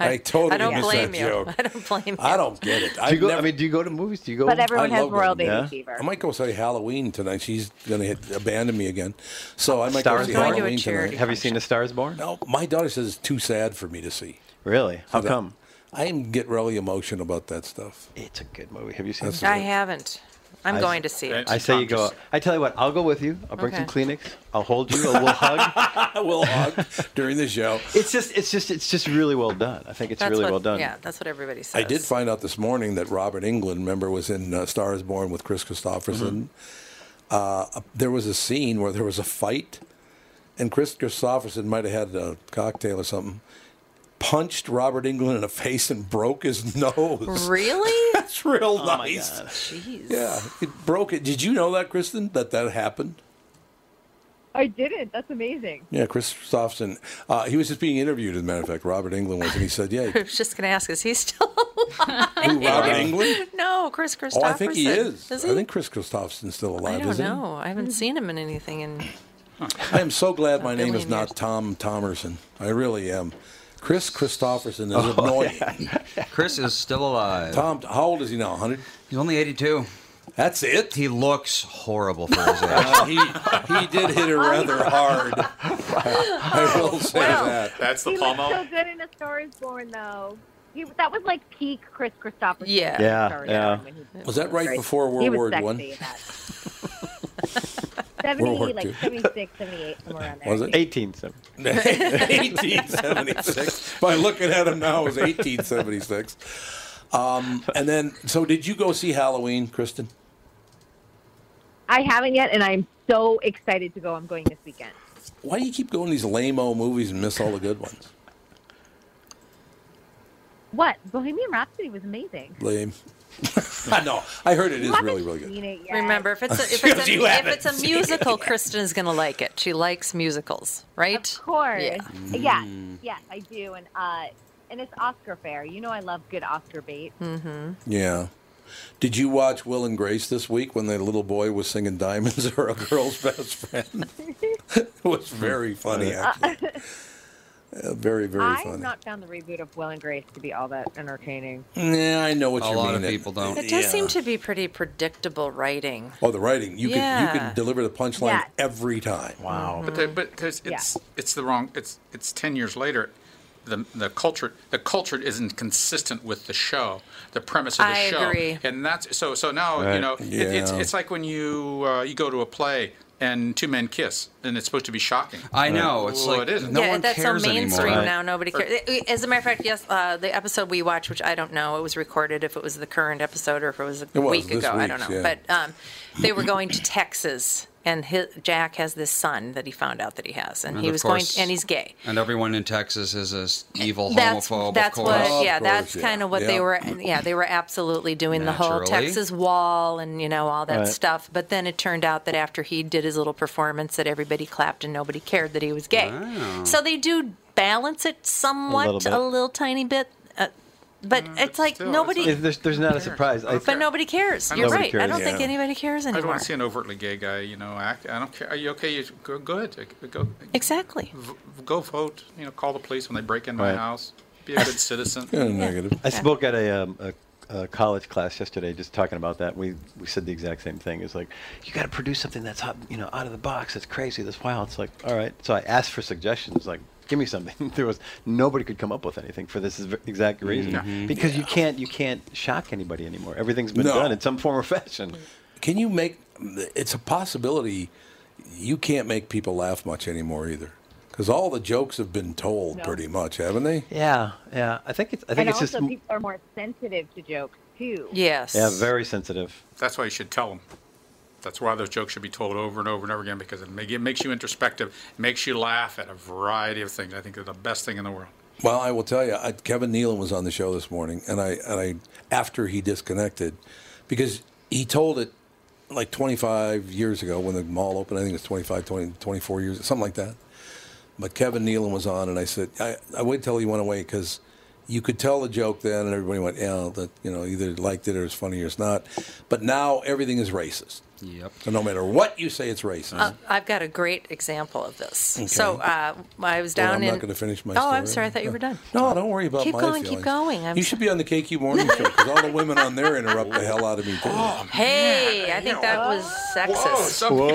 Speaker 1: I, totally
Speaker 3: I don't
Speaker 1: missed
Speaker 3: blame
Speaker 1: that
Speaker 3: you.
Speaker 1: joke.
Speaker 3: I don't blame you.
Speaker 1: I don't get it.
Speaker 7: Do you
Speaker 1: I've
Speaker 7: go, I
Speaker 1: never-
Speaker 7: mean, do you go to movies? Do you go?
Speaker 6: But everyone
Speaker 1: Oh, I
Speaker 6: has
Speaker 1: love going
Speaker 6: royal
Speaker 1: to-
Speaker 6: baby fever.
Speaker 1: I might go see Halloween tonight. She's going to hit abandon me again. So I might
Speaker 7: Stars
Speaker 1: go see
Speaker 7: Born? Going to a
Speaker 1: Halloween
Speaker 7: charity
Speaker 1: tonight.
Speaker 7: Have you seen The Stars Born?
Speaker 1: No, my daughter says it's too sad for me to see.
Speaker 7: Really?
Speaker 1: So
Speaker 7: How
Speaker 1: that-
Speaker 7: come?
Speaker 1: I get really emotional about that stuff.
Speaker 7: It's a good movie. Have you seen
Speaker 3: I haven't. I'm
Speaker 7: I-
Speaker 3: going to see it.
Speaker 7: I say you go. I tell you what, I'll go with you. I'll bring some
Speaker 3: Okay.
Speaker 7: Kleenex. I'll hold you. I'll, we'll hug.
Speaker 1: we'll hug during the show.
Speaker 7: It's just, it's just, it's just really well done. I think it's
Speaker 3: That's
Speaker 7: really
Speaker 3: what-
Speaker 7: well done.
Speaker 3: Yeah, that's what everybody
Speaker 1: I
Speaker 3: says.
Speaker 1: did find out this morning that Robert England, remember, was in uh, Star is Born with Chris
Speaker 7: Mm-hmm.
Speaker 1: Christopherson. Uh, there was a scene where there was a fight, and Chris Christopherson might have had a cocktail or something, punched Robert England in the face and broke his nose.
Speaker 3: Really?
Speaker 1: That's real
Speaker 7: Oh my
Speaker 1: nice.
Speaker 7: God.
Speaker 3: Jeez.
Speaker 1: Yeah, it broke it. Did you know that, Kristen, that that happened?
Speaker 6: I didn't. That's amazing.
Speaker 1: Yeah, Chris Christopherson. Uh, he was just being interviewed, as a matter of fact. Robert England was, and he said, "Yeah,
Speaker 3: I was just going to ask, is he still?
Speaker 1: who, Robert England."
Speaker 3: no, Chris
Speaker 1: Oh,
Speaker 3: Christopherson.
Speaker 1: I think he is.
Speaker 3: Is
Speaker 1: I
Speaker 3: he?
Speaker 1: think Chris Christopherson's still
Speaker 3: I
Speaker 1: alive.
Speaker 3: don't
Speaker 1: isn't he?
Speaker 3: know. I
Speaker 6: Hmm.
Speaker 3: haven't seen him in anything. And
Speaker 1: I am so glad my name is
Speaker 3: billion
Speaker 1: not Tom Thomerson. I really am. Chris Christopherson is
Speaker 3: Oh,
Speaker 1: annoying.
Speaker 4: Chris is still alive.
Speaker 1: Tom, how old is he now? 100?
Speaker 4: He's only 82.
Speaker 1: That's it?
Speaker 4: He looks horrible for his age.
Speaker 1: Uh, he, he did hit her
Speaker 3: Oh,
Speaker 1: rather hard. I will say that.
Speaker 2: That's the
Speaker 6: he looks so
Speaker 2: pommel.
Speaker 6: good in A Star Is Born, though. He, that was like peak Chris Christopherson.
Speaker 3: Yeah.
Speaker 7: Yeah,
Speaker 6: Star Is
Speaker 7: yeah.
Speaker 6: Born when he-
Speaker 1: Was that right before
Speaker 6: he
Speaker 1: World
Speaker 6: was
Speaker 1: War
Speaker 6: sexy
Speaker 1: One?
Speaker 6: in that.
Speaker 1: World
Speaker 6: 70,
Speaker 1: War
Speaker 6: like
Speaker 1: Two.
Speaker 6: 76, 78, somewhere around there.
Speaker 1: Was it?
Speaker 7: 1870.
Speaker 1: 1876. By looking at him now, it was 1876. Um, and then, so did you go see Halloween, Kristen?
Speaker 6: I haven't yet, and I'm so excited to go. I'm going this weekend.
Speaker 1: Why do you keep going to these lame-o movies and miss all the good ones?
Speaker 6: What? Bohemian Rhapsody was amazing.
Speaker 1: Lame. I know. I heard it is
Speaker 6: You haven't
Speaker 1: really, really good.
Speaker 6: seen it yet.
Speaker 3: remember, if it's a, if it's a,
Speaker 1: You
Speaker 3: if
Speaker 1: haven't
Speaker 3: it's a
Speaker 1: seen it
Speaker 3: musical, Kristen is going to like it. She likes musicals, right?
Speaker 6: Of course.
Speaker 3: Yeah.
Speaker 6: Yeah. Yes,
Speaker 1: Mm.
Speaker 6: yes, I do. And uh, and it's Oscar fair. You know, I love good Oscar bait.
Speaker 1: Yeah. Did you watch Will and Grace this week when the little boy was singing Diamonds Are a Girl's Best Friend? it was very funny, actually. Uh, very, very
Speaker 6: I have
Speaker 1: funny.
Speaker 6: not found the reboot of Will and Grace to be all that entertaining.
Speaker 1: yeah, I know what
Speaker 4: A
Speaker 1: you mean.
Speaker 4: lot of
Speaker 1: It-
Speaker 4: people don't.
Speaker 3: It does
Speaker 1: yeah.
Speaker 3: seem to be pretty predictable writing.
Speaker 1: Oh, the writing. You can you
Speaker 3: Yeah.
Speaker 1: can deliver the punchline
Speaker 6: Yeah.
Speaker 1: every time.
Speaker 7: Wow.
Speaker 2: But, the,
Speaker 3: Mm.
Speaker 2: but 'cause it's it's the wrong. It's it's ten years later. The, the culture the culture isn't consistent with the show the premise of the
Speaker 3: I
Speaker 2: show
Speaker 3: agree.
Speaker 2: and that's so so now you
Speaker 7: Right.
Speaker 2: know it, it's
Speaker 1: Yeah.
Speaker 2: it's like when you uh, you go to a play and two men kiss and it's supposed to be shocking
Speaker 4: I know. It's
Speaker 2: Well,
Speaker 4: like
Speaker 2: it isn't.
Speaker 4: no
Speaker 3: yeah,
Speaker 4: one
Speaker 3: that's
Speaker 4: cares
Speaker 3: so mainstream
Speaker 4: anymore.
Speaker 3: now. Nobody cares. As a matter of fact, yes, uh, the episode we watched, which I don't know, it was recorded if it was the current episode or if it was a
Speaker 1: was
Speaker 3: week
Speaker 1: this
Speaker 3: ago. I don't
Speaker 1: week's,
Speaker 3: know.
Speaker 1: yeah.
Speaker 3: But um, they were going to Texas, and hi Jack has this son that he found out that he has, and,
Speaker 4: And
Speaker 3: he
Speaker 4: of
Speaker 3: was
Speaker 4: course-
Speaker 3: going, and he's gay.
Speaker 4: And everyone in Texas is this evil
Speaker 3: That's
Speaker 4: homophobe.
Speaker 3: that's
Speaker 4: of course.
Speaker 3: what yeah
Speaker 1: Of course,
Speaker 3: that's
Speaker 1: yeah.
Speaker 3: kind of what they
Speaker 1: Yeah.
Speaker 3: were yeah they were absolutely doing the whole
Speaker 4: Naturally.
Speaker 3: Texas wall and you know all that
Speaker 7: Right.
Speaker 3: stuff but then it turned out that after he did his little performance that everybody clapped and nobody cared that he was gay
Speaker 4: Wow.
Speaker 3: so they do balance it somewhat a
Speaker 7: little
Speaker 3: little,
Speaker 7: bit.
Speaker 3: tiny bit uh, but it's like
Speaker 2: still, it's
Speaker 3: nobody
Speaker 2: like-
Speaker 7: There's, there's not a surprise. I,
Speaker 3: but nobody cares you're
Speaker 7: Nobody
Speaker 3: right I
Speaker 7: cares,
Speaker 3: don't
Speaker 7: yeah.
Speaker 3: think anybody cares
Speaker 2: I don't
Speaker 3: anymore
Speaker 2: want to see an overtly gay guy you know act I don't care are you okay you go good go
Speaker 3: exactly
Speaker 2: v- go vote you know call the police when they break in my
Speaker 7: Right.
Speaker 2: house be a good citizen
Speaker 1: Yeah, negative.
Speaker 7: I spoke at a, um, a, a college class yesterday, just talking about that. We we said the exact same thing. It's like you got to produce something that's hot, you know out of the box. That's crazy. That's wild. It's like all right. So I asked for suggestions. Like give me something. there was nobody could come up with anything for this v- exact reason
Speaker 3: Mm-hmm.
Speaker 2: Mhm.
Speaker 7: because you can't you can't shock anybody anymore. Everything's been
Speaker 1: No.
Speaker 7: done in some form or
Speaker 3: Mm-hmm.
Speaker 7: fashion.
Speaker 1: Can you make? It's a possibility. You can't make people laugh much anymore either, because all the jokes have been told
Speaker 6: No.
Speaker 1: pretty much, haven't they?
Speaker 7: Yeah, yeah. I think it's I think
Speaker 6: and
Speaker 7: it's
Speaker 6: also,
Speaker 7: just m-
Speaker 6: people are more sensitive to jokes too.
Speaker 3: yes
Speaker 7: yeah very sensitive.
Speaker 2: That's why you should tell them. That's why those jokes should be told over and over and over again because it, make, it makes you introspective, makes you laugh at a variety of things. I think they're the best thing in the world.
Speaker 1: Well, I will tell you, I, Kevin Nealon was on the show this morning, and I and I after he disconnected, because he told it like 25 years ago when the mall opened. I think it was 25, 20, 24 years, something like that. But Kevin Nealon was on, and I said, I, I wait till he went away because you could tell the joke then, and everybody went, yeah, that you know either liked it or it's funny or it's not. But now everything is racist.
Speaker 4: Yep.
Speaker 1: So no matter what you say, it's racist.
Speaker 3: Uh, I've got a great example of this.
Speaker 1: Okay.
Speaker 3: So uh, I was
Speaker 1: Well,
Speaker 3: down
Speaker 1: I'm
Speaker 3: in.
Speaker 1: not going to finish my
Speaker 3: oh,
Speaker 1: story.
Speaker 3: I'm sorry. I thought you were done.
Speaker 1: No, don't worry about
Speaker 3: Keep
Speaker 1: my
Speaker 3: going, keep
Speaker 1: feelings.
Speaker 3: going. I'm
Speaker 1: you should be on the KQ morning show because all the women on there interrupt the hell out of me too.
Speaker 3: Hey, I think that was sexist.
Speaker 1: Whoa,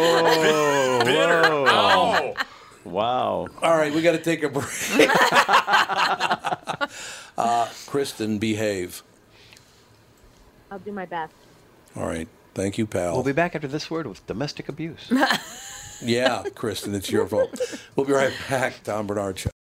Speaker 7: whoa.
Speaker 1: Oh.
Speaker 7: Wow.
Speaker 1: All right, we got to take a break. uh, Kristen, behave.
Speaker 6: I'll do my best.
Speaker 1: All right. Thank you, pal.
Speaker 7: We'll be back after this word with domestic abuse.
Speaker 1: yeah, Kristen, it's your fault. We'll be right back. Tom Bernard Show.